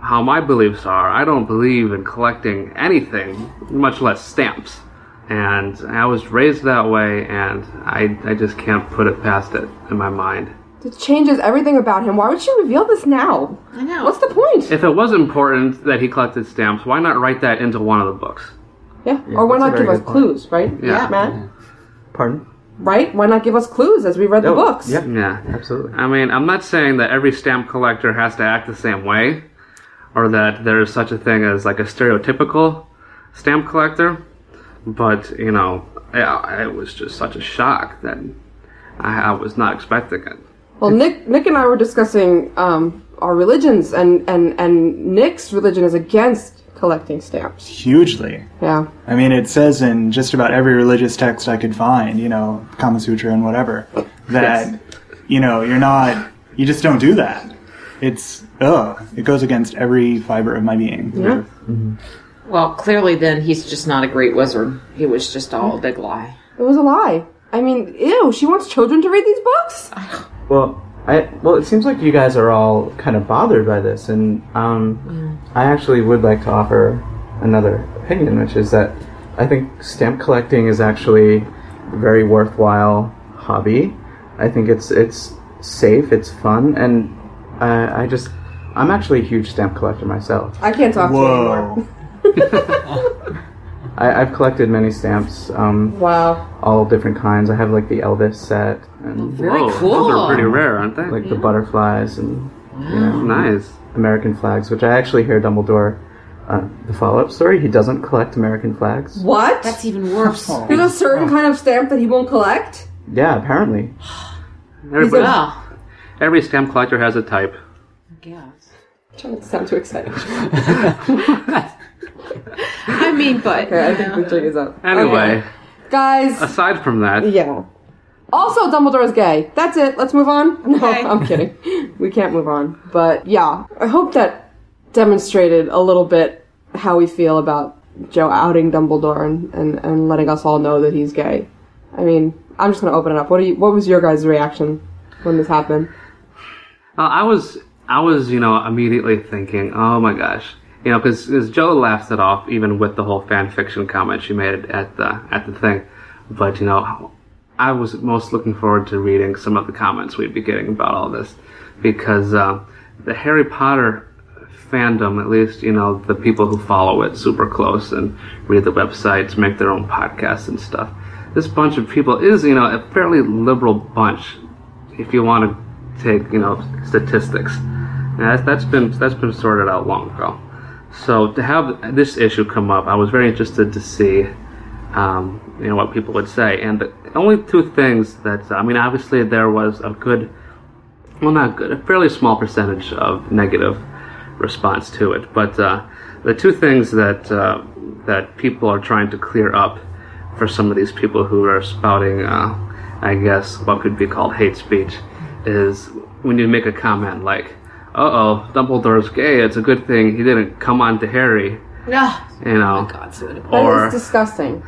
Speaker 9: how my beliefs are, I don't believe in collecting anything, much less stamps. And I was raised that way, and I, I just can't put it past it in my mind.
Speaker 7: It changes everything about him. Why would she reveal this now?
Speaker 5: I know.
Speaker 7: What's the point?
Speaker 9: If it was important that he collected stamps, why not write that into one of the books?
Speaker 7: Yeah. or why
Speaker 11: that's a
Speaker 7: not
Speaker 11: very
Speaker 7: give us
Speaker 11: good point.
Speaker 7: clues, right?
Speaker 9: Yeah.
Speaker 7: Matt?
Speaker 11: Pardon?
Speaker 7: Right? Why not give us clues as we read the
Speaker 11: Oh,
Speaker 7: books?
Speaker 11: Yeah,
Speaker 9: Yeah.
Speaker 11: absolutely.
Speaker 9: I mean, I'm not saying that every stamp collector has to act the same way, or that there is such a thing as like a stereotypical stamp collector, but you know, yeah, it was just such a shock that I, I was not expecting it.
Speaker 7: Well, Nick, Nick and I were discussing um, our religions, and, and, and Nick's religion is against collecting stamps.
Speaker 8: Hugely.
Speaker 7: Yeah.
Speaker 8: I mean, it says in just about every religious text I could find, you know, Kama Sutra and whatever, that, you know, you're not, you just don't do that. It's, ugh, it goes against every fiber of my being.
Speaker 5: Well, clearly, then he's just not a great wizard. It was just all a big lie.
Speaker 7: It was a lie. I mean, ew, she wants children to read these books?
Speaker 11: Well, I well, it seems like you guys are all kind of bothered by this, and um, I actually would like to offer another opinion, which is that I think stamp collecting is actually a very worthwhile hobby. I think it's it's safe, it's fun, and I, I just I'm actually a huge stamp collector myself.
Speaker 7: I can't talk to you anymore.
Speaker 8: Whoa.
Speaker 11: I, I've collected many stamps, um,
Speaker 7: Wow.
Speaker 11: all different kinds. I have like the Elvis set and
Speaker 5: Very
Speaker 9: Whoa,
Speaker 5: cool.
Speaker 9: those are pretty rare, aren't they? Oh,
Speaker 11: like the butterflies and you know,
Speaker 9: nice.
Speaker 11: American flags, which I actually hear Dumbledore. Uh, the follow-up story: He doesn't collect American flags.
Speaker 7: What?
Speaker 5: That's even worse.
Speaker 7: There's a certain kind of stamp that he won't collect?
Speaker 11: Yeah, apparently.
Speaker 9: Everybody,
Speaker 5: well,
Speaker 9: every stamp collector has a type.
Speaker 5: I guess.
Speaker 7: I'm trying not to sound too excited.
Speaker 5: I mean, but
Speaker 7: Okay, I think Victory is up.
Speaker 9: Anyway,
Speaker 7: Okay. Guys,
Speaker 9: aside from that,
Speaker 7: yeah. Also, Dumbledore is gay. That's it. Let's move on. No,
Speaker 5: Okay.
Speaker 7: I'm kidding. We can't move on. But yeah, I hope that demonstrated a little bit how we feel about Joe outing Dumbledore and, and, and letting us all know that he's gay. I mean, I'm just gonna open it up. What do you? What was your guys' reaction when this happened?
Speaker 9: Uh, I was, I was, you know, immediately thinking, oh my gosh, you know, because Joe laughs it off, even with the whole fan fiction comment she made at the at the thing. But you know, I was most looking forward to reading some of the comments we'd be getting about all this, because uh, the Harry Potter fandom, at least, you know, the people who follow it super close and read the websites, make their own podcasts and stuff. This bunch of people is, you know, a fairly liberal bunch, if you want to take, you know, statistics. And that's, that's been that's been sorted out long ago. So to have this issue come up, I was very interested to see, um, you know, what people would say. And the only two things that I mean, obviously there was a good, well, not good, a fairly small percentage of negative response to it. But uh, the two things that uh, that people are trying to clear up for some of these people who are spouting, uh, I guess, what could be called hate speech, is when you make a comment like, "Uh oh, Dumbledore's gay. It's a good thing he didn't come on to Harry."
Speaker 7: No. Oh
Speaker 9: You know,
Speaker 7: That is
Speaker 9: or
Speaker 7: disgusting.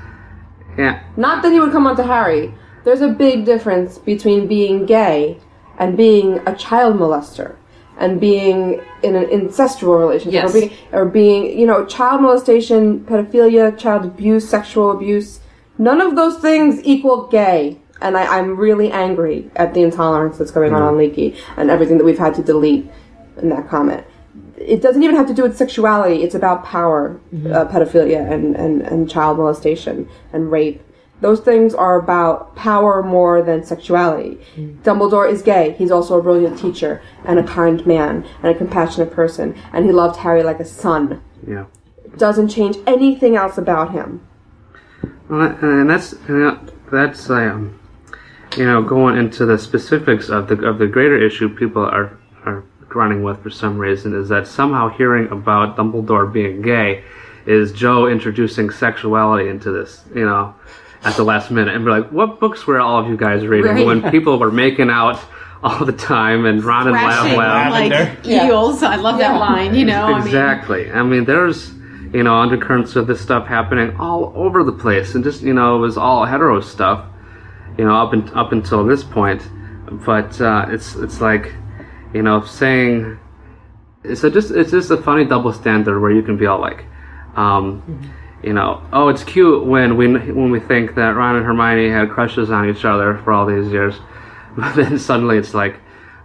Speaker 9: yeah,
Speaker 7: Not that he would come on to Harry. There's a big difference between being gay and being a child molester and being in an incestual relationship
Speaker 5: Yes.
Speaker 7: or, being, or being, you know, child molestation, pedophilia, child abuse, sexual abuse. None of those things equal gay. And I, I'm really angry at the intolerance that's going on on Leaky and everything that we've had to delete in that comment. It doesn't even have to do with sexuality. It's about power, uh, pedophilia, and, and, and child molestation and rape. Those things are about power more than sexuality. Dumbledore is gay. He's also a brilliant teacher and a kind man and a compassionate person, and he loved Harry like a son.
Speaker 9: yeah.
Speaker 7: Doesn't change anything else about him.
Speaker 9: Well, that- and that's you know, that's um, you know going into the specifics of the of the greater issue people are are running with for some reason is that somehow hearing about Dumbledore being gay is Joe introducing sexuality into this you know at the last minute and be like what books were all of you guys reading
Speaker 5: Right.
Speaker 9: when people were making out all the time and Ron and Lab
Speaker 5: Thrashing
Speaker 9: Lab
Speaker 5: like
Speaker 7: Yeah.
Speaker 5: eels. I love that line. You know,
Speaker 9: exactly. I mean, there's you know undercurrents of this stuff happening all over the place, and just you know it was all hetero stuff, you know up and up until this point, but uh, it's it's like you know saying it's a just it's just a funny double standard where you can be all like. Um, You know, oh, it's cute when we when we think that Ron and Hermione had crushes on each other for all these years, but then suddenly it's like,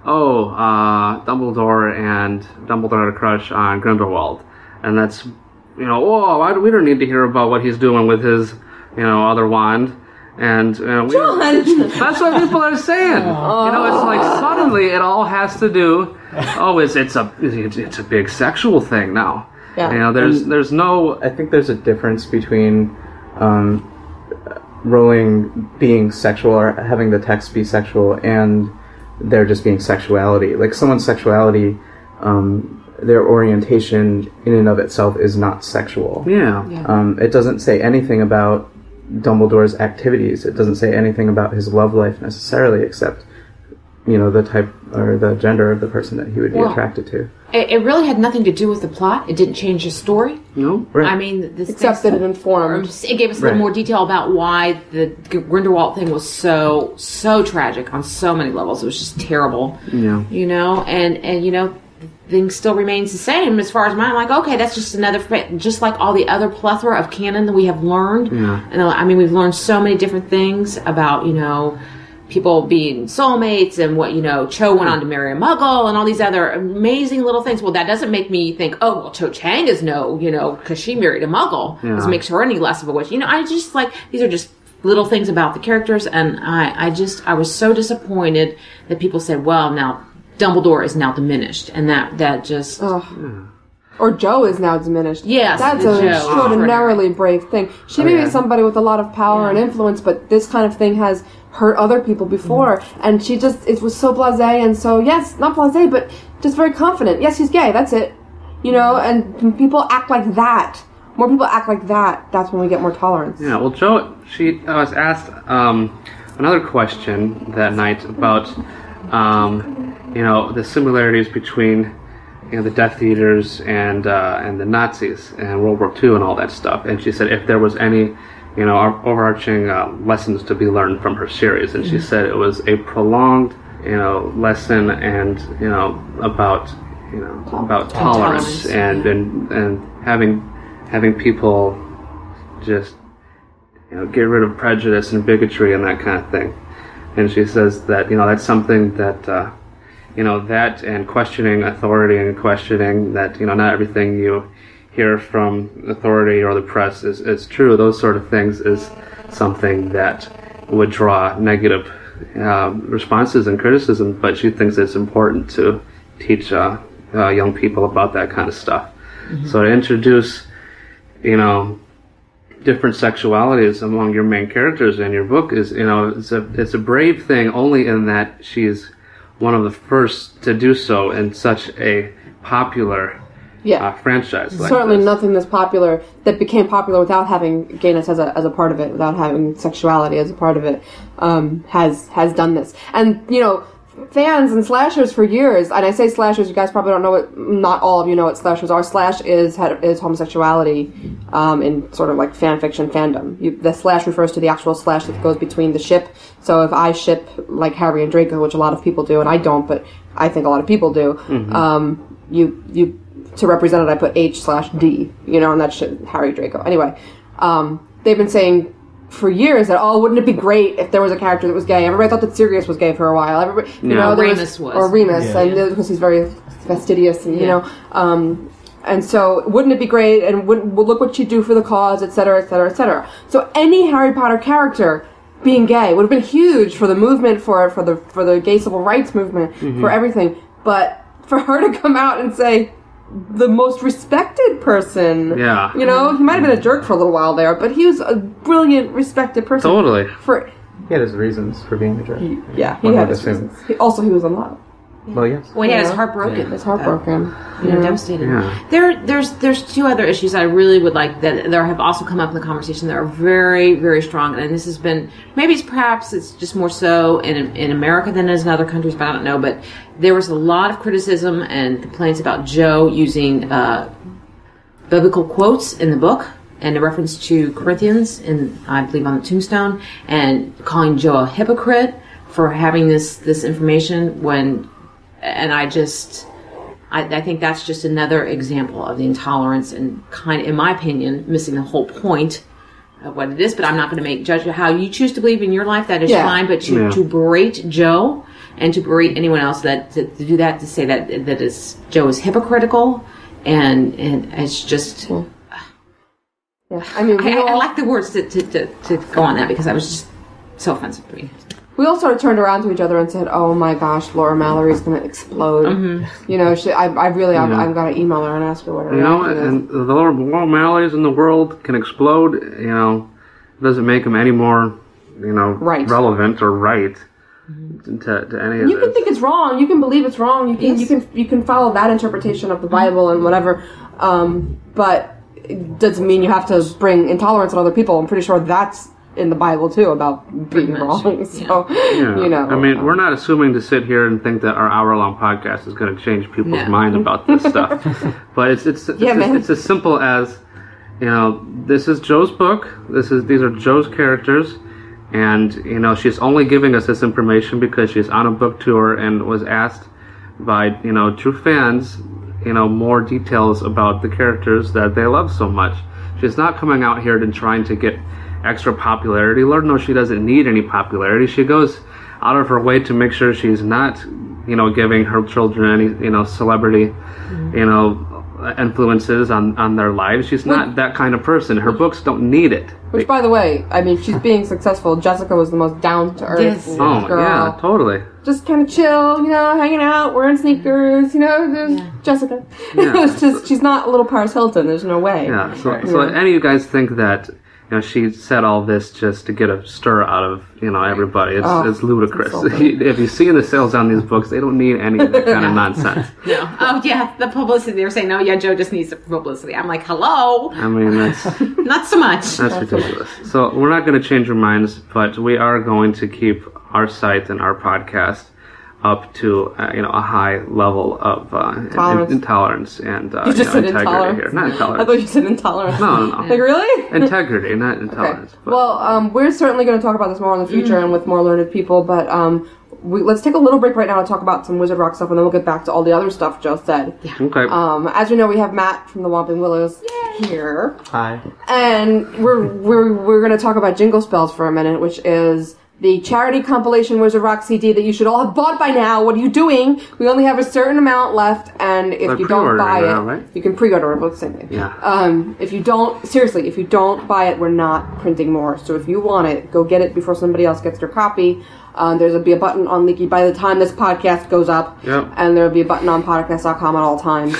Speaker 9: oh, uh, Dumbledore and Dumbledore had a crush on Grindelwald, and that's, you know, oh, why do, we don't need to hear about what he's doing with his, you know, other wand, and you know, we, that's what people are saying. You know, it's like suddenly it all has to do. Oh, it's it's a it's, it's a big sexual thing now.
Speaker 7: Yeah.
Speaker 9: You know, there's
Speaker 11: And-
Speaker 9: there's no
Speaker 11: I think there's a difference between um, rolling being sexual or having the text be sexual and there just being sexuality. Like someone's sexuality, um, their orientation in and of itself is not sexual.
Speaker 9: yeah.
Speaker 11: Um, it doesn't say anything about Dumbledore's activities. It doesn't say anything about his love life necessarily, except you know the type or the gender of the person that he would be
Speaker 5: Well-
Speaker 11: attracted to.
Speaker 5: it, it really had nothing to do with the plot. It didn't change the story.
Speaker 9: No.
Speaker 11: Right.
Speaker 5: I mean, this
Speaker 7: Except that it informed.
Speaker 5: it gave us a
Speaker 11: Right.
Speaker 5: little more detail about why the Grindelwald thing was so so tragic on so many levels. It was just terrible.
Speaker 9: Yeah.
Speaker 5: You know, and and you know, things still remains the same as far as mine. I'm like, okay, that's just another fa- just like all the other plethora of canon that we have learned.
Speaker 9: Yeah.
Speaker 5: And uh, I mean, we've learned so many different things about you know people being soulmates and what you know Cho went on to marry a Muggle and all these other amazing little things. Well, that doesn't make me think, oh, well, Cho Chang is no, you know, because she married a Muggle. This
Speaker 9: Yeah.
Speaker 5: makes her any less of a witch. You know, I just like these are just little things about the characters, and I, I just I was so disappointed that people said, well, now Dumbledore is now diminished, and that that just
Speaker 7: Or Joe is now diminished.
Speaker 5: Yes,
Speaker 7: That's
Speaker 5: the
Speaker 7: an
Speaker 5: Joe.
Speaker 7: extraordinarily brave thing. She may
Speaker 9: yeah.
Speaker 7: be somebody with a lot of power and influence, but this kind of thing has hurt other people before.
Speaker 5: Mm-hmm.
Speaker 7: And she just, it was so blase and so, yes, not blase, but just very confident. Yes, he's gay, that's it. You know, and people act like that. More people act like that. That's when we get more tolerance.
Speaker 9: Yeah, well, Joe, she I was asked um, another question that night about, um, you know, the similarities between, you know, the Death Eaters and uh, and the Nazis and World War II and all that stuff. And she said if there was any, you know, ar- overarching uh, lessons to be learned from her series, and she
Speaker 5: Mm-hmm.
Speaker 9: said it was a prolonged, you know, lesson and you know about, you know, about tolerance,
Speaker 5: Tolerance.
Speaker 9: and and and having having people just you know, get rid of prejudice and bigotry and that kind of thing. And she says that you know that's something that uh, you know that and questioning authority and questioning that you know not everything you hear from authority or the press is, is true those sort of things is something that would draw negative um, responses and criticism but she thinks it's important to teach uh, uh, young people about that kind of stuff so to introduce you know different sexualities among your main characters in your book is you know it's a it's a brave thing only in that she's one of the first to do so in such a popular
Speaker 7: Yeah.
Speaker 9: uh, franchise like
Speaker 7: Certainly
Speaker 9: this.
Speaker 7: nothing that's popular that became popular without having gayness as a, as a part of it, without having sexuality as a part of it, um, has has done this. And you know, fans and slashers for years. And I say slashers, you guys probably don't know what. Not all of you know what slashers are. Slash is had- is homosexuality um, in sort of like fan fiction fandom. You, the slash refers to the actual slash that goes between the ship. So if I ship like Harry and Draco, which a lot of people do, and I don't, but I think a lot of people do.
Speaker 9: Mm-hmm.
Speaker 14: Mhm.
Speaker 7: Um, you you to represent it, I put H slash D, you know, and that's shit, Harry Draco. Anyway, um, they've been saying for years that, oh, wouldn't it be great if there was a character that was gay? Everybody thought that Sirius was gay for a while. Everybody, you
Speaker 5: Yeah.
Speaker 7: know, there
Speaker 5: Remus was.
Speaker 7: Or Remus,
Speaker 5: Yeah.
Speaker 7: and because he's very fastidious and, you
Speaker 5: Yeah.
Speaker 7: know. Um, and so, wouldn't it be great? And wouldn't, well, look what you do for the cause, et cetera, et cetera, et cetera. So, any Harry Potter character being gay would have been huge for the movement, for for the for the gay civil rights movement,
Speaker 14: Mhm.
Speaker 7: for everything. But for her to come out and say, the most respected person.
Speaker 9: Yeah.
Speaker 7: You know, he might have been a jerk for a little while there, but he was a brilliant, respected person.
Speaker 9: Totally.
Speaker 7: For
Speaker 11: He had his reasons for being a jerk.
Speaker 7: yeah, he
Speaker 11: One
Speaker 7: had
Speaker 11: would
Speaker 7: his
Speaker 11: assume.
Speaker 7: he, also he was in love.
Speaker 11: Well, yes.
Speaker 5: Well, he had his
Speaker 7: Yeah.
Speaker 5: heart broken.
Speaker 7: Yeah. His heart
Speaker 5: though.
Speaker 7: broken.
Speaker 5: You know,
Speaker 7: Yeah.
Speaker 5: devastated.
Speaker 7: Yeah.
Speaker 5: There, there's, there's two other issues that I really would like that there have also come up in the conversation that are very, very strong, and this has been maybe it's perhaps it's just more so in in America than it is in other countries, but I don't know. But there was a lot of criticism and complaints about Joe using uh, biblical quotes in the book and a reference to Corinthians and I believe on the tombstone and calling Joe a hypocrite for having this this information when and I just I, I think that's just another example of the intolerance and kind in my opinion missing the whole point of what it is but I'm not going to make judge how you choose to believe in your life that is
Speaker 7: Yeah.
Speaker 5: fine but to,
Speaker 7: Yeah.
Speaker 5: to berate Joe and to berate anyone else that to, to do that to say that that is Joe is hypocritical and and it's just
Speaker 7: Yeah. I mean, we
Speaker 5: I,
Speaker 7: all,
Speaker 5: I like the words to, to, to, to go on that because that was just so offensive to me.
Speaker 7: we all sort of turned around to each other and said, "Oh my gosh, Laura Mallory's going to explode." You know, she, I, I really, I'm,
Speaker 9: Mm-hmm. Yeah.
Speaker 7: I'm going to email her and ask her what her
Speaker 9: You know,
Speaker 7: reaction is.
Speaker 9: and the Laura Mallory's in the world can explode. You know, it doesn't make them any more, you know,
Speaker 7: Right.
Speaker 9: relevant or right
Speaker 5: Mm-hmm.
Speaker 9: to, to any of
Speaker 7: you can
Speaker 9: this.
Speaker 7: think it's wrong. You can believe it's wrong. You can you can you can follow that interpretation of the Bible and whatever. Um, but it doesn't mean you have to bring intolerance on other people. I'm pretty sure that's in the Bible too about being wrong. So you know,
Speaker 9: I mean, we're not assuming to sit here and think that our hour-long podcast is going to change people's
Speaker 7: No.
Speaker 9: mind about this stuff. but it's it's it's,
Speaker 7: Yeah,
Speaker 9: as,
Speaker 7: man.
Speaker 9: it's as simple as you know, this is Joe's book. This is these are Joe's characters, and you know, she's only giving us this information because she's on a book tour and was asked by you know true fans, you know, more details about the characters that they love so much. She's not coming out here and trying to get extra popularity. Lord knows she doesn't need any popularity. She goes out of her way to make sure she's not, you know, giving her children any, you know, celebrity, you know, influences on on their lives. She's not that kind of person. Her books don't need it.
Speaker 7: which by the way, I mean she's being succeful. Jessica was the most down to earth
Speaker 9: Yes. Oh
Speaker 7: girl.
Speaker 9: yeah, totally.
Speaker 7: Just kind of chill, you know, hanging out, wearing sneakers, you know, just Jessica. it was just she's not a little Paris Hilton. There's no way.
Speaker 9: Yeah. So,
Speaker 7: Right.
Speaker 9: so
Speaker 7: Yeah.
Speaker 9: any of you guys think that you know she said all this just to get a stir out of you know everybody? It's,
Speaker 5: Oh,
Speaker 9: it's ludicrous.
Speaker 5: it's insulting.
Speaker 9: if you see the sales on these books, they don't need any of that kind of
Speaker 5: Yeah.
Speaker 9: nonsense.
Speaker 5: No. Oh yeah, the publicity. They were saying, "No, yeah, Joe just needs the publicity." I'm like, "Hello,
Speaker 9: I mean, that's
Speaker 5: not so much."
Speaker 9: that's ridiculous. So we're not going to change our minds, but we are going to keep our site and our podcast up to uh, you know a high level of uh, in-
Speaker 7: Tolerance.
Speaker 9: intolerance and uh,
Speaker 7: you just
Speaker 9: you
Speaker 7: said
Speaker 9: know, integrity
Speaker 7: intolerance.
Speaker 9: here. Not
Speaker 7: I thought
Speaker 9: intolerance.
Speaker 7: you said intolerance.
Speaker 9: No, no, no.
Speaker 7: Like really?
Speaker 9: integrity, not intolerance.
Speaker 7: Well, um, we're certainly going to talk about this
Speaker 9: Mm.
Speaker 7: more in the future and with more learned people, but um, we, let's take a little break right now to talk about some Wizard Rock stuff, and then we'll get back to all the other stuff Joe said.
Speaker 9: Okay.
Speaker 7: Um, as you know, we have Matt from the Whomping Willows here,
Speaker 11: Hi.
Speaker 7: and we're we're we're going to talk about jingle spells for a minute, which is the charity compilation Wizard Rock CD that you should all have bought by now. What are you doing? We only have a certain amount left, and if
Speaker 9: They're
Speaker 7: you don't
Speaker 9: pre-ordering
Speaker 7: buy it,
Speaker 9: now, right?
Speaker 7: you can pre-order it. Well, it's the same thing.
Speaker 9: Yeah.
Speaker 7: Um, if you don't, seriously, if you don't buy it, we're not printing more. So if you want it, go get it before somebody else gets their copy. Um, there's gonna be a button on Leaky by the time this podcast goes up,
Speaker 9: Yep.
Speaker 7: and there'll be a button on podcast.com at all times.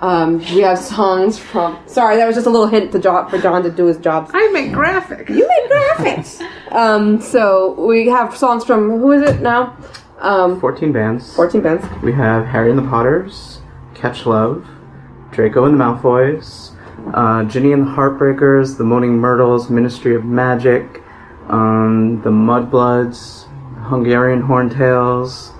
Speaker 7: Um, we have songs from. Sorry, that was just a little hint to John, for John to do his job.
Speaker 5: I make graphic.
Speaker 7: You made graphics. um, so we have songs from who is it now? Um,
Speaker 11: 14 bands.
Speaker 7: 14 bands.
Speaker 11: We have Harry and the Potters, Catch Love, Draco and the Malfoys, uh, Ginny and the Heartbreakers, The Moaning Myrtles, Ministry of Magic, um, The Mudbloods, Hungarian Horntails,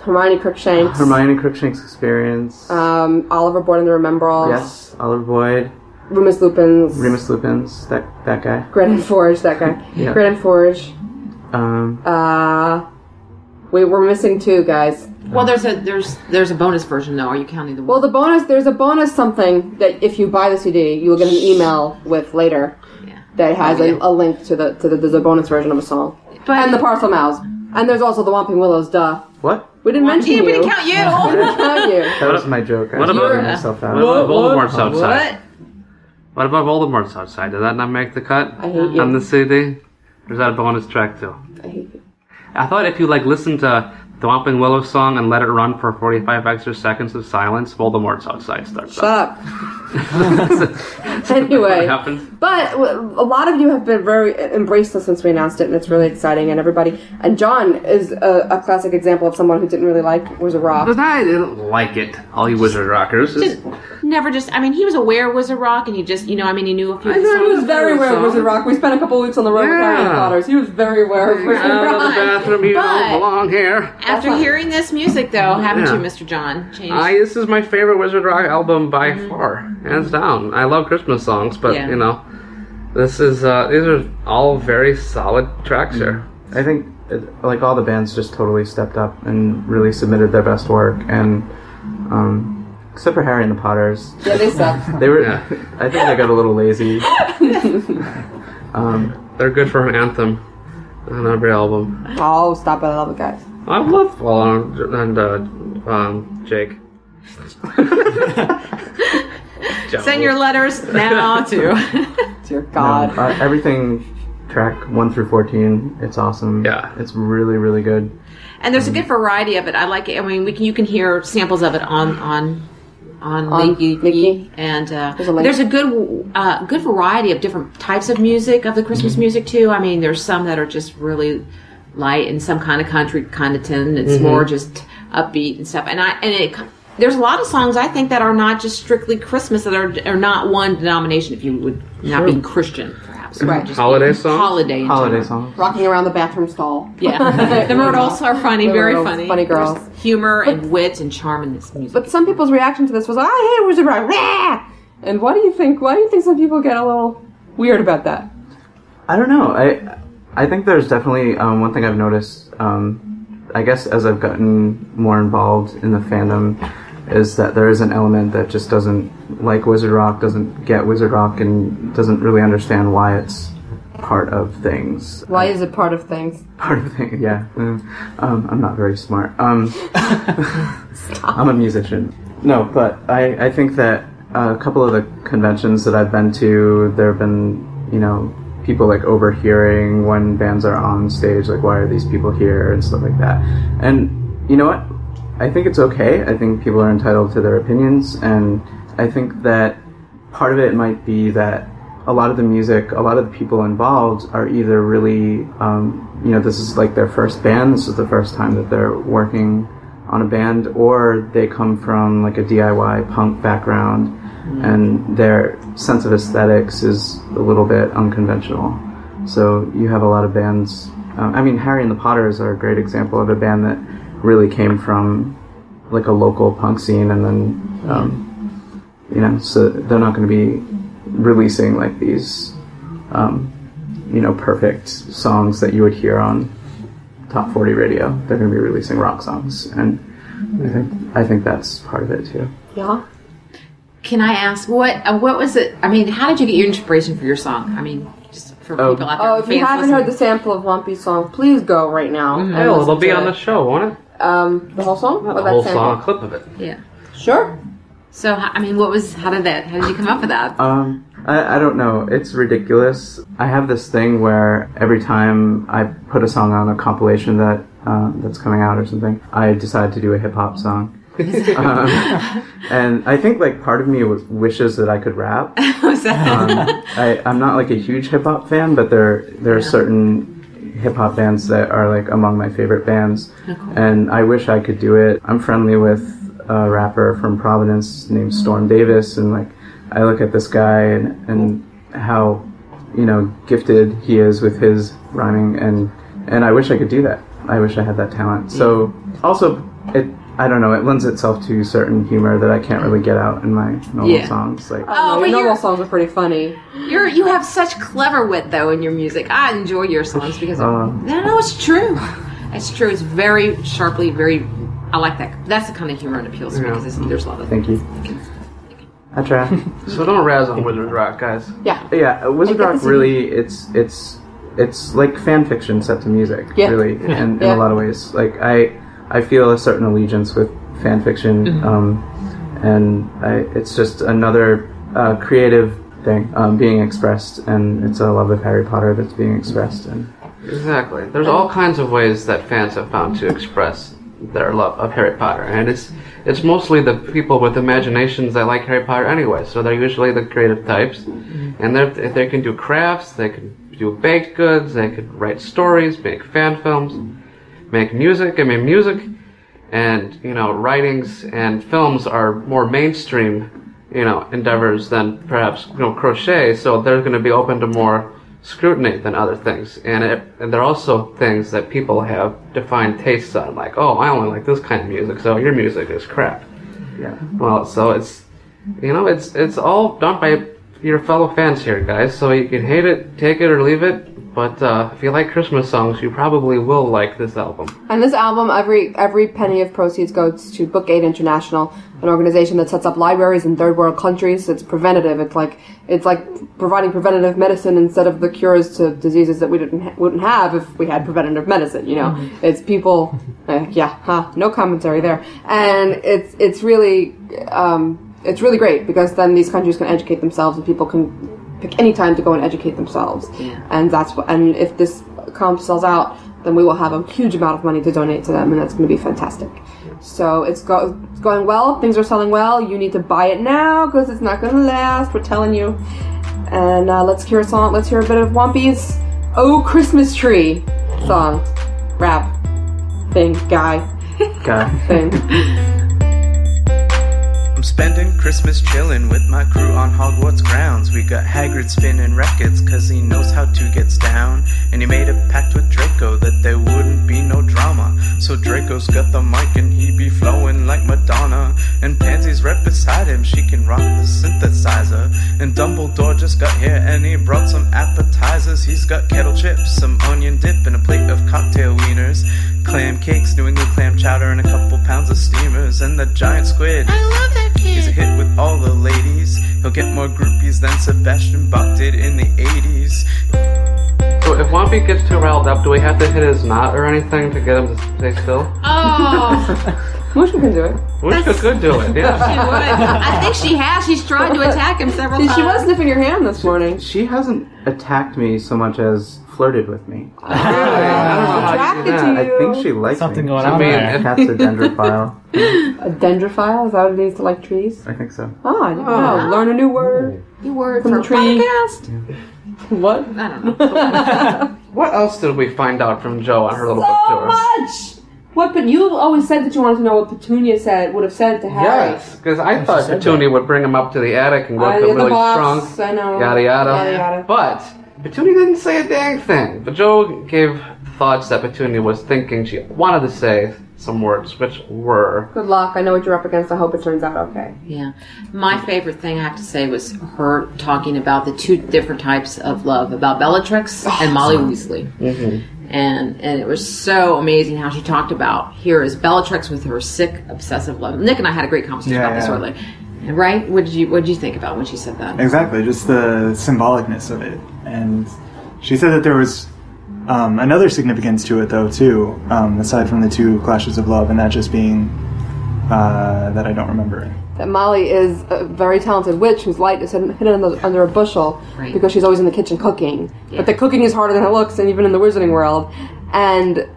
Speaker 7: Hermione Crookshanks.
Speaker 11: Hermione Crookshank's Experience,
Speaker 7: Um, Oliver Boyd and the Remembrals.
Speaker 11: yes, Oliver Boyd,
Speaker 7: Remus Lupin's.
Speaker 11: Remus Lupin's, that that guy.
Speaker 7: Grennan Forge, that guy.
Speaker 11: Yeah.
Speaker 7: Grennan Forge.
Speaker 11: Um,
Speaker 7: Uh, we we're missing two guys.
Speaker 5: Well, there's a there's there's a bonus version though. Are you counting the
Speaker 7: Well, the bonus there's a bonus something that if you buy the CD, you will get an email with later
Speaker 5: Yeah.
Speaker 7: that has
Speaker 5: Oh, yeah.
Speaker 7: a, a link to the to the there's a bonus version of a song
Speaker 5: But-
Speaker 7: and the Parcel Mouths and there's also the Whomping Willows. Duh,
Speaker 11: what?
Speaker 7: we didn't mention
Speaker 5: Yeah,
Speaker 7: you.
Speaker 5: we didn't count you.
Speaker 7: Count you.
Speaker 11: That was my joke. I
Speaker 9: What
Speaker 11: was
Speaker 9: about-
Speaker 11: putting myself
Speaker 9: What
Speaker 11: out.
Speaker 9: about Voldemort's outside?
Speaker 5: what?
Speaker 9: What? about Voldemort's outside? Did that not make the cut
Speaker 7: I hate you.
Speaker 9: on the CD? Or is that a bonus track too?
Speaker 7: I hate you.
Speaker 9: I thought if you like listen to the Whomping Willow song and let it run for 45 extra seconds of silence, Voldemort's outside starts
Speaker 7: Shut
Speaker 9: up.
Speaker 7: up. anyway,
Speaker 9: What happened?
Speaker 7: but w- a lot of you have been very embraced this since we announced it, and it's really exciting. And everybody, and John is a, a classic example of someone who didn't really like was a rock.
Speaker 9: But I didn't like it, all you wizard rockers. It's-
Speaker 5: Never just. I mean, he was aware of Wizard Rock, and he just you know. I mean, he knew a few.
Speaker 7: I thought he was very aware of Wizard Rock. We spent a couple weeks on the road with Harry and the
Speaker 9: Yeah.
Speaker 7: Potters. He was very aware of Wizard
Speaker 9: Out of Oh, the
Speaker 7: Rock.
Speaker 9: bathroom, you
Speaker 5: But-
Speaker 9: don't belong here.
Speaker 5: After hearing this music, though, haven't
Speaker 9: Yeah.
Speaker 5: you, Mr. John? Changed.
Speaker 9: I this is my favorite Wizard Rock album by far, hands down. I love Christmas songs, but
Speaker 5: Yeah.
Speaker 9: you know, this is uh, these are all very solid tracks here.
Speaker 11: I think uh, like all the bands just totally stepped up and really submitted their best work, and um, except for Harry and the Potters,
Speaker 7: Yeah, they suck.
Speaker 11: They were.
Speaker 9: Yeah.
Speaker 11: I think they got a little lazy. um,
Speaker 9: They're good for an anthem on every album.
Speaker 7: Oh, stop it! I love it, guys.
Speaker 9: I love Paul and uh, um, Jake.
Speaker 5: Send your letters now to.
Speaker 7: Dear
Speaker 11: um,
Speaker 7: God.
Speaker 11: uh, everything track one through fourteen. It's awesome.
Speaker 9: Yeah.
Speaker 11: it's really really good.
Speaker 5: and there's a good variety of it. I like it. I mean, we can you can hear samples of it on on on,
Speaker 7: On
Speaker 5: Leaky,
Speaker 7: Leaky.
Speaker 5: and uh, there's,
Speaker 7: a link.
Speaker 5: a good uh, good variety of different types of music of the Christmas
Speaker 7: Mm-hmm.
Speaker 5: music too. I mean, there's some that are just really light and some kind of country kind of tin. It's
Speaker 7: Mm-hmm.
Speaker 5: more just upbeat and stuff. And I and it. There's a lot of songs I think that are not just strictly Christmas that are are not one denomination. If you would not be Christian, perhaps
Speaker 7: Right.
Speaker 5: Just
Speaker 9: Holiday songs?
Speaker 5: holiday, in
Speaker 11: Holiday
Speaker 5: general.
Speaker 11: songs.
Speaker 7: Rocking around the bathroom stall.
Speaker 5: Yeah, the Myrtles are funny,
Speaker 7: The
Speaker 5: very
Speaker 7: Myrtles,
Speaker 5: funny,
Speaker 7: funny girls.
Speaker 5: There's humor and wit and charm in this music.
Speaker 7: But some people's reaction to this was, I hate Wizard Rock. rah!" And why do you think? Why do you think some people get a little weird about that?
Speaker 11: I don't know. I I think there's definitely um, one thing I've noticed. Um, I guess as I've gotten more involved in the fandom, is that there is an element that just doesn't like Wizard Rock, doesn't get Wizard Rock, and doesn't really understand why it's part of things.
Speaker 7: Why is it part of things?
Speaker 11: part of the thing. Yeah, Mm. um, I'm not very smart. Um, I'm a musician. No, but I, I think that uh, a couple of the conventions that I've been to, there have been you know people like overhearing when bands are on stage, like why are these people here and stuff like that. And you know what? I think it's okay. I think people are entitled to their opinions, and I think that part of it might be that a lot of the music, a lot of the people involved are either really, um, you know, this is like their first band, this is the first time that they're working on a band, or they come from like a DIY punk background and their sense of aesthetics is a little bit unconventional. So you have a lot of bands. Um, I mean, Harry and the Potters are a great example of a band that really came from like a local punk scene and then. Um, you know so they're not going to be releasing like these um, you know perfect songs that you would hear on top 40 radio they're going to be releasing rock songs and I, think, I think that's part of it too
Speaker 7: Yeah.
Speaker 5: Can I ask what uh, what was it? I mean, how did you get your inspiration for your song? I mean, just for
Speaker 9: Oh.
Speaker 5: people out there.
Speaker 7: Oh, if you
Speaker 5: fans
Speaker 7: haven't heard the sample of Lumpy song, please go right now. and
Speaker 9: Oh,
Speaker 7: listen
Speaker 9: it'll be
Speaker 7: to
Speaker 9: on
Speaker 7: it.
Speaker 9: the show, won't it?
Speaker 7: Um, the whole song? Not
Speaker 9: The whole song, a clip of it.
Speaker 5: Yeah.
Speaker 7: Sure.
Speaker 5: So h- I mean, what was? How did that? How did you come up with that?
Speaker 11: Um, I, I don't know. It's ridiculous. I have this thing where every time I put a song on a compilation that uh, that's coming out or something, I decide to do a hip hop song. um, and I think like part of me was, wishes that I could rap. Um, I, I'm not like a huge hip hop fan, but there there are certain hip hop bands that are like among my favorite bands,
Speaker 5: Oh, cool.
Speaker 11: and I wish I could do it. I'm friendly with a rapper from Providence named Storm Davis, and like I look at this guy and, and how you know gifted he is with his rhyming, and and I wish I could do that. I wish I had that talent. So also it. I don't know. It lends itself to certain humor that I can't really get out in my normal
Speaker 5: Yeah.
Speaker 11: songs. Like,
Speaker 7: Oh,
Speaker 5: but
Speaker 7: your normal
Speaker 5: you're-
Speaker 7: songs are pretty funny.
Speaker 5: You're you have such clever wit though in your music. I enjoy your songs because
Speaker 11: Um.
Speaker 5: no, no, it's true. It's true. It's very sharply, very. I like that. That's the kind of humor that appeals to me
Speaker 9: Yeah.
Speaker 5: because it's- there's a lot of.
Speaker 11: Thank you. I try.
Speaker 9: So don't razz on Wizard Rock, guys.
Speaker 7: Yeah.
Speaker 11: Yeah, uh, Wizard
Speaker 7: I get
Speaker 11: Rock
Speaker 7: the
Speaker 11: really it's it's it's like fan fiction set to music,
Speaker 7: Yeah.
Speaker 11: really, and in
Speaker 7: Yeah.
Speaker 11: a lot of ways. Like I I feel a certain allegiance with fan fiction, um, and I, it's just another uh, creative thing um, being expressed, and it's a love of Harry Potter that's being expressed. And
Speaker 9: Exactly. There's all kinds of ways that fans have found to express their love of Harry Potter, and it's it's mostly the people with imaginations that like Harry Potter anyway. So they're usually the creative types, and they're, if they can do crafts, they can do baked goods, they could write stories, make fan films, make music. I mean, music, and you know, writings and films are more mainstream, you know, endeavors than perhaps you know crochet. So they're going to be open to more scrutiny than other things, and it, and they're also things that people have defined tastes on. Like, oh, I only like this kind of music, so your music is crap.
Speaker 11: yeah,
Speaker 9: Well, so it's you know, it's it's all done by your fellow fans here, guys. So you can hate it, take it or leave it. But uh, if you like Christmas songs, you probably will like this album.
Speaker 7: And this album, every every penny of proceeds goes to Book Aid International, an organization that sets up libraries in third world countries. It's preventative. It's like it's like providing preventative medicine instead of the cures to diseases that we didn't ha- wouldn't have if we had preventative medicine. You know, it's people. Uh, yeah, huh? No commentary there. And it's it's really um, it's really great because then these countries can educate themselves and people can pick any time to go and educate themselves. And that's what, and if this comp sells out, then we will have a huge amount of money to donate to them, and that's going to be fantastic. So it's, go, it's going well. Things are selling well. You need to buy it now because it's not going to last. We're telling you. And uh, let's hear a song. Let's hear a bit of Wumpy's "Oh Christmas Tree" song, rap thing, guy
Speaker 11: God.
Speaker 7: thing.
Speaker 11: I'm spending Christmas chillin' with my crew on Hogwarts grounds. We got Hagrid spinning records 'cause he knows how to gets down. And he made a pact with Draco that there wouldn't be no drama. So Draco's got the mic and he be flowing like Madonna. And Pansy's right beside him, she can rock the synthesizer. And Dumbledore just got here and he brought some appetizers. He's got kettle chips, some onion dip, and a plate of cocktail wieners. Clam cakes, New England clam chowder, and a couple pounds of steamers. And the giant squid. He's a hit with all the ladies. He'll get more groupies than Sebastian Bach did in the 80s.
Speaker 9: So if Wampy gets too riled up, do we have to hit his knot or anything to get him to stay still?
Speaker 5: Oh,
Speaker 7: Mushroom can do it.
Speaker 9: Mushka could do it,
Speaker 5: she
Speaker 9: yeah.
Speaker 5: would. I think she has. She's tried to attack him several times.
Speaker 7: She was sniffing your hand this morning.
Speaker 11: She hasn't attacked me so much as flirted with me.
Speaker 9: I don't know how you do
Speaker 7: Attracted
Speaker 9: that.
Speaker 7: to you.
Speaker 11: I think she likes
Speaker 10: Something
Speaker 11: me.
Speaker 10: going on
Speaker 9: mean,
Speaker 10: there.
Speaker 11: Cat's a dendrophile.
Speaker 7: A dendrophile? Is that what it is to like trees?
Speaker 11: I think so.
Speaker 7: Oh, I didn't know. Learn a new word.
Speaker 5: You were from
Speaker 7: From the tree.
Speaker 5: podcast.
Speaker 7: What?
Speaker 5: I don't know.
Speaker 9: What else did we find out from Joe on her little book
Speaker 7: So
Speaker 9: tour?
Speaker 7: much! Oh, What, but you always said that you wanted to know what Petunia said, would have said to Harry.
Speaker 9: Yes, because I thought Petunia would bring him up to the attic and go
Speaker 7: Uh,
Speaker 9: up
Speaker 7: the
Speaker 9: to
Speaker 7: other
Speaker 9: really
Speaker 7: box,
Speaker 9: strong.
Speaker 7: I know.
Speaker 9: Yada yada.
Speaker 7: Yada, yada.
Speaker 9: But Petunia didn't say a dang thing. But Joe gave thoughts that Petunia was thinking she wanted to say some words, which were
Speaker 7: Good luck. I know what you're up against. I hope it turns out okay.
Speaker 5: Yeah, my favorite thing I have to say was her talking about the two different types of love, about Bellatrix and Molly Weasley. and and it was so amazing how she talked about here is Bellatrix with her sick obsessive love. Nick and I had a great conversation
Speaker 8: Yeah,
Speaker 5: about this
Speaker 8: yeah.
Speaker 5: earlier. Right? What did you What did you think about when she said that?
Speaker 8: Exactly, just the symbolicness of it, and She said that there was um, another significance to it, though, too, um, aside from the two clashes of love, and that just being uh, that I don't remember it.
Speaker 7: That Molly is a very talented witch whose light is hidden hidden under, under a bushel
Speaker 8: Right.
Speaker 7: because she's always in the kitchen cooking.
Speaker 8: Yeah.
Speaker 7: But the cooking is harder than it looks, and even in the wizarding world. And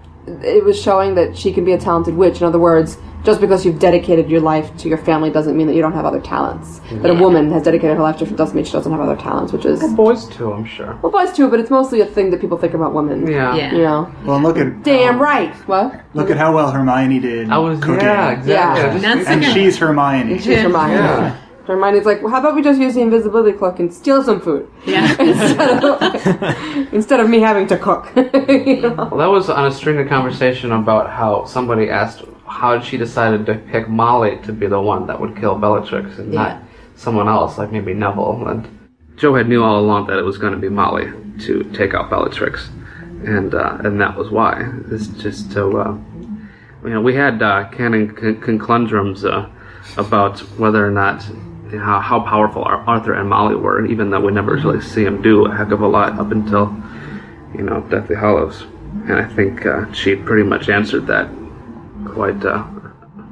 Speaker 7: it was showing that she can be a talented witch. In other words, just because you've dedicated your life to your family doesn't mean that you don't have other talents. That a
Speaker 9: Yeah.
Speaker 7: woman has dedicated her life to doesn't mean she doesn't have other talents, which is
Speaker 9: Well, boys too, I'm sure.
Speaker 7: well, boys too. But it's mostly a thing that people think about women.
Speaker 9: Yeah. Yeah.
Speaker 7: you know.
Speaker 8: Well, and look at
Speaker 7: Damn right. What?
Speaker 8: look at how well Hermione did. I was cooking.
Speaker 9: yeah, exactly. Yeah.
Speaker 7: That's
Speaker 8: And
Speaker 7: okay.
Speaker 8: she's Hermione.
Speaker 7: She's Hermione. Hermione's like, well, how about we just use the invisibility cloak and steal some food? Yeah. instead, of, instead of me having to cook. You know?
Speaker 9: Well, that was on a string of conversation about how somebody asked how she decided to pick Molly to be the one that would kill Bellatrix and
Speaker 7: Yeah.
Speaker 9: not someone else, like maybe Neville. And Joe had knew all along that it was going to be Molly to take out Bellatrix, and uh, and that was why. It's just to, uh, you know, we had uh, canon con- conundrums uh, about whether or not. you know, How, how powerful Ar- Arthur and Molly were, even though we never really see them do a heck of a lot up until you know, Deathly Hollows. And I think uh, she pretty much answered that quite uh,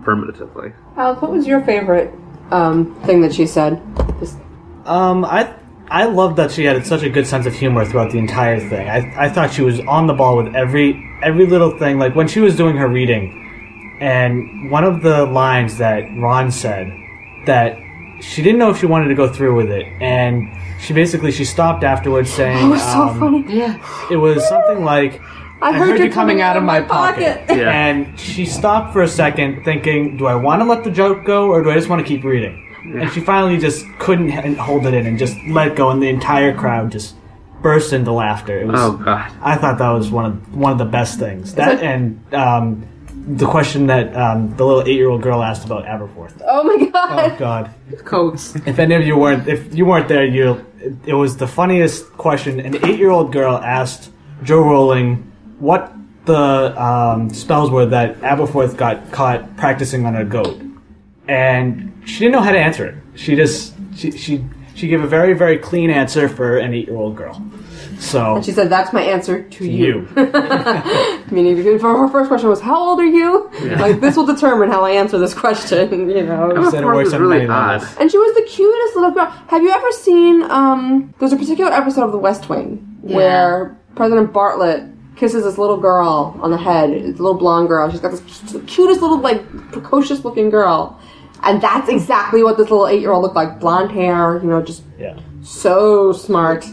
Speaker 9: affirmatively.
Speaker 7: Alec, what was your favorite um, thing that she said? Just,
Speaker 10: Um, I I love that she had such a good sense of humor throughout the entire thing. I, I thought she was on the ball with every every little thing. Like when she was doing her reading, and one of the lines that Ron said that she didn't know if she wanted to go through with it, and she basically she stopped afterwards saying,
Speaker 7: oh, it's so
Speaker 10: um,
Speaker 7: funny. Yeah.
Speaker 10: it was something like
Speaker 7: I heard you coming out of my pocket." Yeah.
Speaker 10: And she stopped for a second, thinking, "Do I want to let the joke go, or do I just want to keep reading?" And she finally just couldn't h- hold it in and just let go, and the entire crowd just burst into laughter. It was,
Speaker 9: Oh, God.
Speaker 10: I thought that was one of one of the best things. That
Speaker 7: it-
Speaker 10: and um, the question that um, the little eight-year-old girl asked about Aberforth.
Speaker 7: Oh my god.
Speaker 10: Oh God!
Speaker 7: Coats.
Speaker 10: If any of you weren't, if you weren't there, you it was the funniest question. An eight-year-old girl asked Joe Rowling what the um, spells were that Aberforth got caught practicing on a goat, and she didn't know how to answer it. She just she she, she gave a very very clean answer for an eight-year-old girl. So
Speaker 7: And she said, that's my answer to you.
Speaker 10: you.
Speaker 7: Meaning, if her first question was, how old are you?
Speaker 10: Yeah.
Speaker 7: Like, this will determine how I answer this question, you know.
Speaker 10: She said it works on many levels.
Speaker 7: And she was the cutest little girl. Have you ever seen? Um, there's a particular episode of The West Wing
Speaker 5: Yeah.
Speaker 7: where President Bartlett kisses this little girl on the head, this little blonde girl. She's got this cu- cutest little, like, precocious looking girl, and that's exactly what this little eight year old looked like. Blonde hair, you know, just
Speaker 10: Yeah.
Speaker 7: so smart.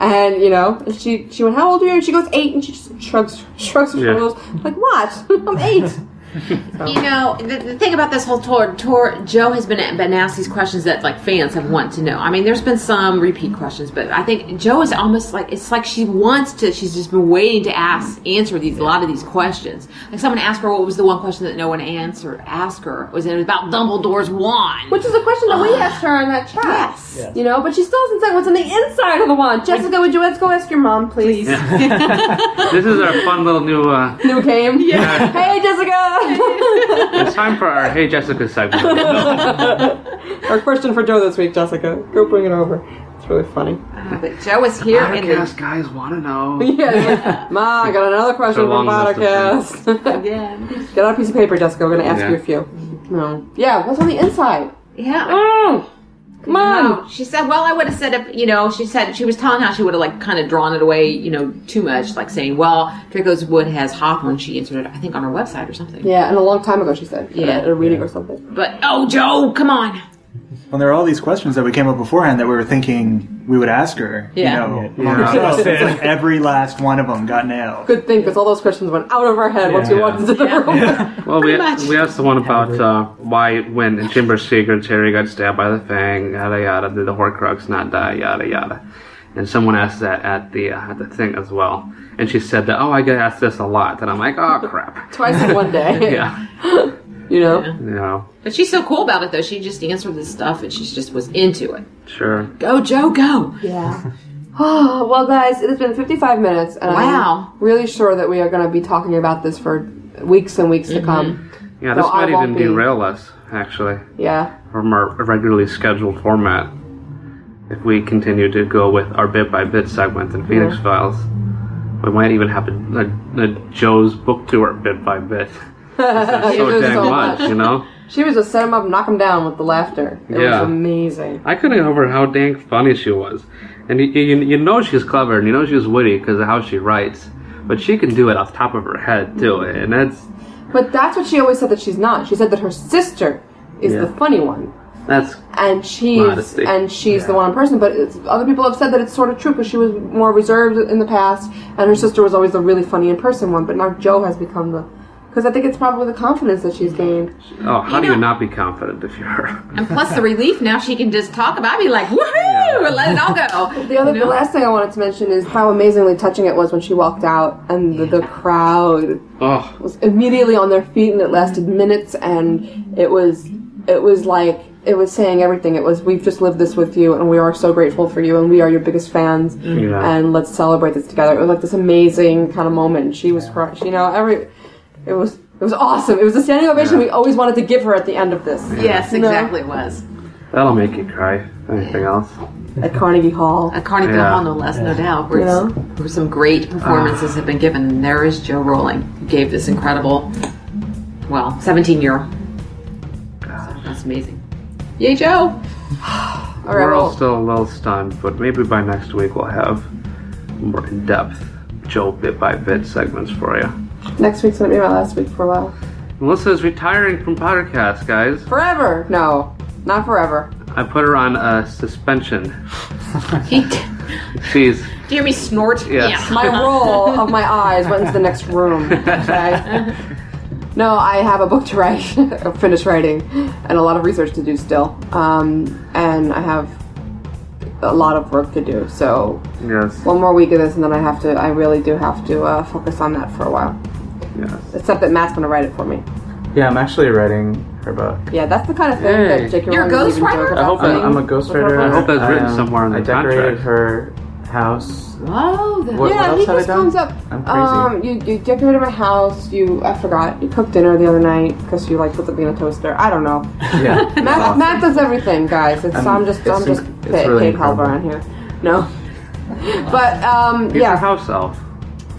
Speaker 7: And you know, and she she went, "How old are you?" And she goes, eight, and she just shrugs shrugs her
Speaker 5: Yeah.
Speaker 7: shoulders, like, "What? I'm eight.
Speaker 5: You know, the, the thing about this whole tour, tour, Joe has been, been asked these questions that like fans have want to know. I mean, there's been some repeat questions, but I think Joe is almost like it's like she wants to. She's just been waiting to ask, answer these a lot of these questions. Like someone asked her what was the one question that no one answered. Asked her was it about Dumbledore's wand?
Speaker 7: Which is a question that we asked her in that chat. Ah. Yes.
Speaker 5: Yes.
Speaker 7: You know, but she still hasn't said what's on the inside of the wand. Jessica, would you let's go ask your mom, please?
Speaker 9: this is our fun little new. Uh,
Speaker 7: New game? Yeah. hey, Jessica!
Speaker 9: it's time for our Hey Jessica segment.
Speaker 7: Our question for Joe this week, Jessica. Go bring it over. It's really funny.
Speaker 5: But Joe is here.
Speaker 9: I
Speaker 5: and
Speaker 9: guess guys want to know.
Speaker 7: Yeah, yeah. Ma, I got another question
Speaker 9: It's a
Speaker 7: from
Speaker 9: long list
Speaker 7: Podcast.
Speaker 5: yeah.
Speaker 7: Get out a piece of paper, Jessica. We're going to ask
Speaker 9: Yeah.
Speaker 7: you a few. No. Yeah, what's on the inside?
Speaker 5: Yeah.
Speaker 7: Oh, come on.
Speaker 5: No, Oh, she said, well, I would have said, if, you know, she said, she was telling how she would have, like, kind of drawn it away, you know, too much, like saying, well, Draco's Wood has Hawthorne. She answered it, I think, on her website or something.
Speaker 7: Yeah, and a long time ago, she said. Yeah.
Speaker 5: Yeah.
Speaker 7: At a reading or something.
Speaker 5: But, oh, Joe, come on.
Speaker 8: Well, there are all these questions that we came up beforehand that we were thinking we would ask her.
Speaker 7: Yeah.
Speaker 8: You know,
Speaker 7: Yeah.
Speaker 8: among
Speaker 7: Yeah.
Speaker 8: ourselves.
Speaker 7: Yeah.
Speaker 8: It's like every last one of them got nailed.
Speaker 7: Good thing, because all those questions went out of our head once we
Speaker 9: Yeah.
Speaker 7: walked into the room.
Speaker 9: Well, we,
Speaker 7: Pretty much.
Speaker 9: we asked the one about uh, why, when in Chamber Secret, Terry got stabbed by the Fang, yada yada, did the Horcrux not die, yada yada. And someone asked that at the uh, at the thing as well. And she said that, oh, I get asked this a lot. And I'm like, oh, crap.
Speaker 7: Twice in one day.
Speaker 9: yeah.
Speaker 7: You know?
Speaker 9: You know,
Speaker 5: But she's so cool about it, though. She just answered this stuff and she just was into it.
Speaker 9: sure.
Speaker 5: Go, Joe, go.
Speaker 7: Yeah. Oh, well, guys, it has been 55 minutes, and
Speaker 5: Wow.
Speaker 7: I'm really sure that we are going to be talking about this for weeks and
Speaker 9: Mm-hmm.
Speaker 7: weeks to come.
Speaker 9: Yeah,
Speaker 7: Though
Speaker 9: this
Speaker 7: I
Speaker 9: might
Speaker 7: won't
Speaker 9: even
Speaker 7: be-
Speaker 9: derail us, actually,
Speaker 7: Yeah.
Speaker 9: from our regularly scheduled format. if we continue to go with our bit by bit segment in Phoenix
Speaker 7: Mhm.
Speaker 9: Files. We might even have a, a, a Joe's book tour bit by bit. so dang much, you know.
Speaker 7: She was just set him up, knock him down with the laughter. It
Speaker 9: Yeah.
Speaker 7: was amazing.
Speaker 9: I couldn't get over how dang funny she was, and you, you, you know she's clever and you know she's witty because of how she writes, but she can do it off the top of her head too, and that's
Speaker 7: But that's what she always said that she's not. She said that her sister is
Speaker 9: Yeah.
Speaker 7: the funny one,
Speaker 9: that's
Speaker 7: and she's
Speaker 9: Modesty.
Speaker 7: and she's the one person. But it's, other people have said that it's sort of true because she was more reserved in the past, and her sister was always the really funny in person one. But now Joe has become the because I think it's probably the confidence that she's gained.
Speaker 9: oh how do you not be confident if you're her?
Speaker 5: And plus the relief now she can just talk about it, be like, woohoo, and let it all go.
Speaker 7: The other,
Speaker 5: You
Speaker 7: the
Speaker 5: know?
Speaker 7: last thing I wanted to mention is how amazingly touching it was when she walked out, and the, the crowd
Speaker 9: Oh.
Speaker 7: was immediately on their feet, and it lasted minutes, and it was, it was like it was saying everything. It was, we've just lived this with you, and we are so grateful for you, and we are your biggest fans,
Speaker 9: Yeah.
Speaker 7: and let's celebrate this together. It was like this amazing kind of moment. She was, cr- you know, every, it was, it was awesome. It was the standing ovation we always wanted to give her at the end of this.
Speaker 5: Yes,
Speaker 7: You know?
Speaker 5: exactly it was.
Speaker 9: That'll make you cry. if Anything else?
Speaker 7: At Carnegie Hall.
Speaker 5: A Carnegie
Speaker 9: Yeah.
Speaker 5: Hall, no less, no doubt, where,
Speaker 7: You
Speaker 5: s-
Speaker 7: know?
Speaker 5: where some great performances have been given. And there is Joe Rolling, who gave this incredible, well, 17 year. So that's amazing. Yay, Joe!
Speaker 7: All right,
Speaker 9: We're all
Speaker 7: well-
Speaker 9: still a little stunned, but maybe by next week we'll have more in depth Joe bit by bit segments for you.
Speaker 7: Next week's gonna be my last week for a while.
Speaker 9: Melissa's retiring from podcast, guys.
Speaker 7: Forever? No, not forever.
Speaker 9: I put her on a suspension.
Speaker 5: He, do
Speaker 9: She's
Speaker 5: you hear me snort?
Speaker 9: Yes.
Speaker 7: My roll of my eyes went into the next room. Okay. No, I have a book to write, finish writing, and a lot of research to do still. Um, and I have a lot of work to do. So
Speaker 9: yes,
Speaker 7: one more week of this, and then I have to. I really do have to uh, focus on that for a while.
Speaker 9: yes.
Speaker 7: Except that Matt's gonna write it for me.
Speaker 11: Yeah, I'm actually writing her book.
Speaker 7: Yeah, that's the kind of thing
Speaker 9: Hey.
Speaker 7: that J.K.
Speaker 5: You're a
Speaker 7: Rowling would even
Speaker 5: ghostwriter?
Speaker 7: joke
Speaker 5: I
Speaker 7: about
Speaker 9: hope
Speaker 7: saying.
Speaker 11: I'm a ghostwriter.
Speaker 9: I hope that's written
Speaker 11: um,
Speaker 9: somewhere in
Speaker 11: I
Speaker 9: the
Speaker 11: decorated
Speaker 9: contract.
Speaker 11: her house.
Speaker 5: Oh, the,
Speaker 11: What,
Speaker 7: Yeah,
Speaker 11: what else
Speaker 7: he
Speaker 11: have I
Speaker 7: just
Speaker 11: done?
Speaker 7: comes up.
Speaker 11: I'm crazy.
Speaker 7: Um, you, you decorated my house. You, I forgot. You cooked dinner the other night because you like put something in a toaster. I don't know.
Speaker 11: yeah.
Speaker 7: Matt,
Speaker 11: Awesome.
Speaker 7: Matt does everything, guys. It's, I'm,
Speaker 11: I'm-
Speaker 7: just,
Speaker 11: it's
Speaker 7: I'm just
Speaker 11: inc-
Speaker 7: paid
Speaker 11: it's really
Speaker 7: paid help around
Speaker 11: incredible.
Speaker 7: here. No, but um,
Speaker 9: He's her
Speaker 7: yeah.
Speaker 9: house elf.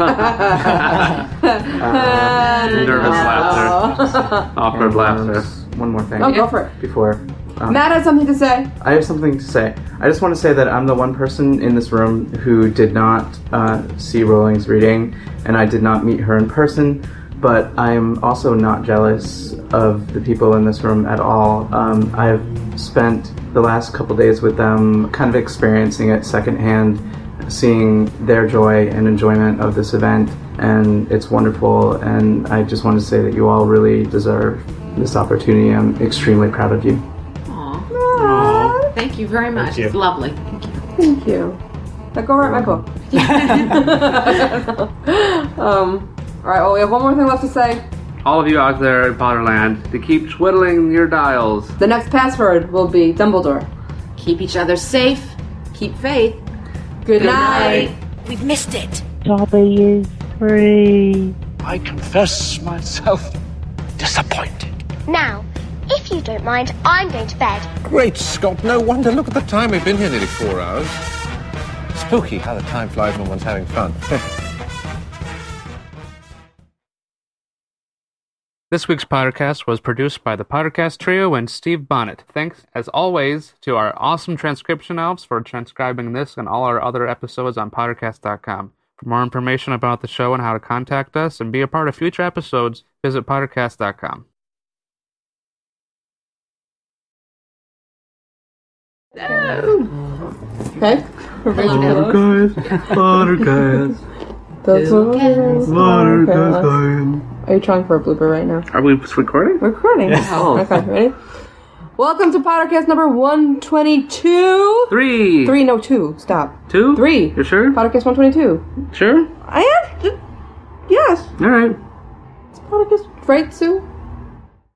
Speaker 9: Oh. Nervous laughter.
Speaker 11: And,
Speaker 9: Awkward
Speaker 11: um,
Speaker 9: laughter.
Speaker 11: s- One more thing.
Speaker 7: Oh, go for it.
Speaker 11: Before. Um,
Speaker 7: Matt has something to say.
Speaker 11: I have something to say. I just want to say that I'm the one person in this room who did not uh, see Rowling's reading, and I did not meet her in person. But I'm also not jealous of the people in this room at all. Um, I've spent the last couple days with them, kind of experiencing it secondhand, seeing their joy and enjoyment of this event, and it's wonderful. And I just want to say that you all really deserve this opportunity. I'm extremely proud of you.
Speaker 5: Aw. Thank you very much.
Speaker 10: you.
Speaker 5: It's lovely.
Speaker 7: Thank you. Now go write my book. um, all right. Well, we have one more thing left to say.
Speaker 9: All of you out there in Potterland, to keep twiddling your dials.
Speaker 7: The next password will be Dumbledore.
Speaker 5: Keep each other safe. Keep faith.
Speaker 7: Good, night.
Speaker 12: We've missed it.
Speaker 14: W three.
Speaker 15: I confess myself disappointed.
Speaker 12: Now, if you don't mind, I'm going to bed.
Speaker 1: Great Scott, no wonder. Look at the time. We've been here nearly four hours. Spooky how the time flies when one's having fun.
Speaker 9: This week's podcast was produced by the Podcast Trio and Steve Bonnet. Thanks, as always, to our awesome transcription elves for transcribing this and all our other episodes on podcast.com. For more information about the show and how to contact us and be a part of future episodes, visit podcast.com.
Speaker 7: Okay.
Speaker 9: Podcast.
Speaker 7: That's what it is. Okay, let's- Are you trying for a blooper right now?
Speaker 9: Are we recording?
Speaker 7: Recording.
Speaker 9: Oh.
Speaker 7: Okay, ready? Welcome to podcast number 122.
Speaker 9: Three.
Speaker 7: Three, no, two. Stop.
Speaker 9: Two?
Speaker 7: Three.
Speaker 9: You sure?
Speaker 7: Podcast 122.
Speaker 9: Sure?
Speaker 7: I am. Yes.
Speaker 9: All right.
Speaker 7: Podcast, right, Sue?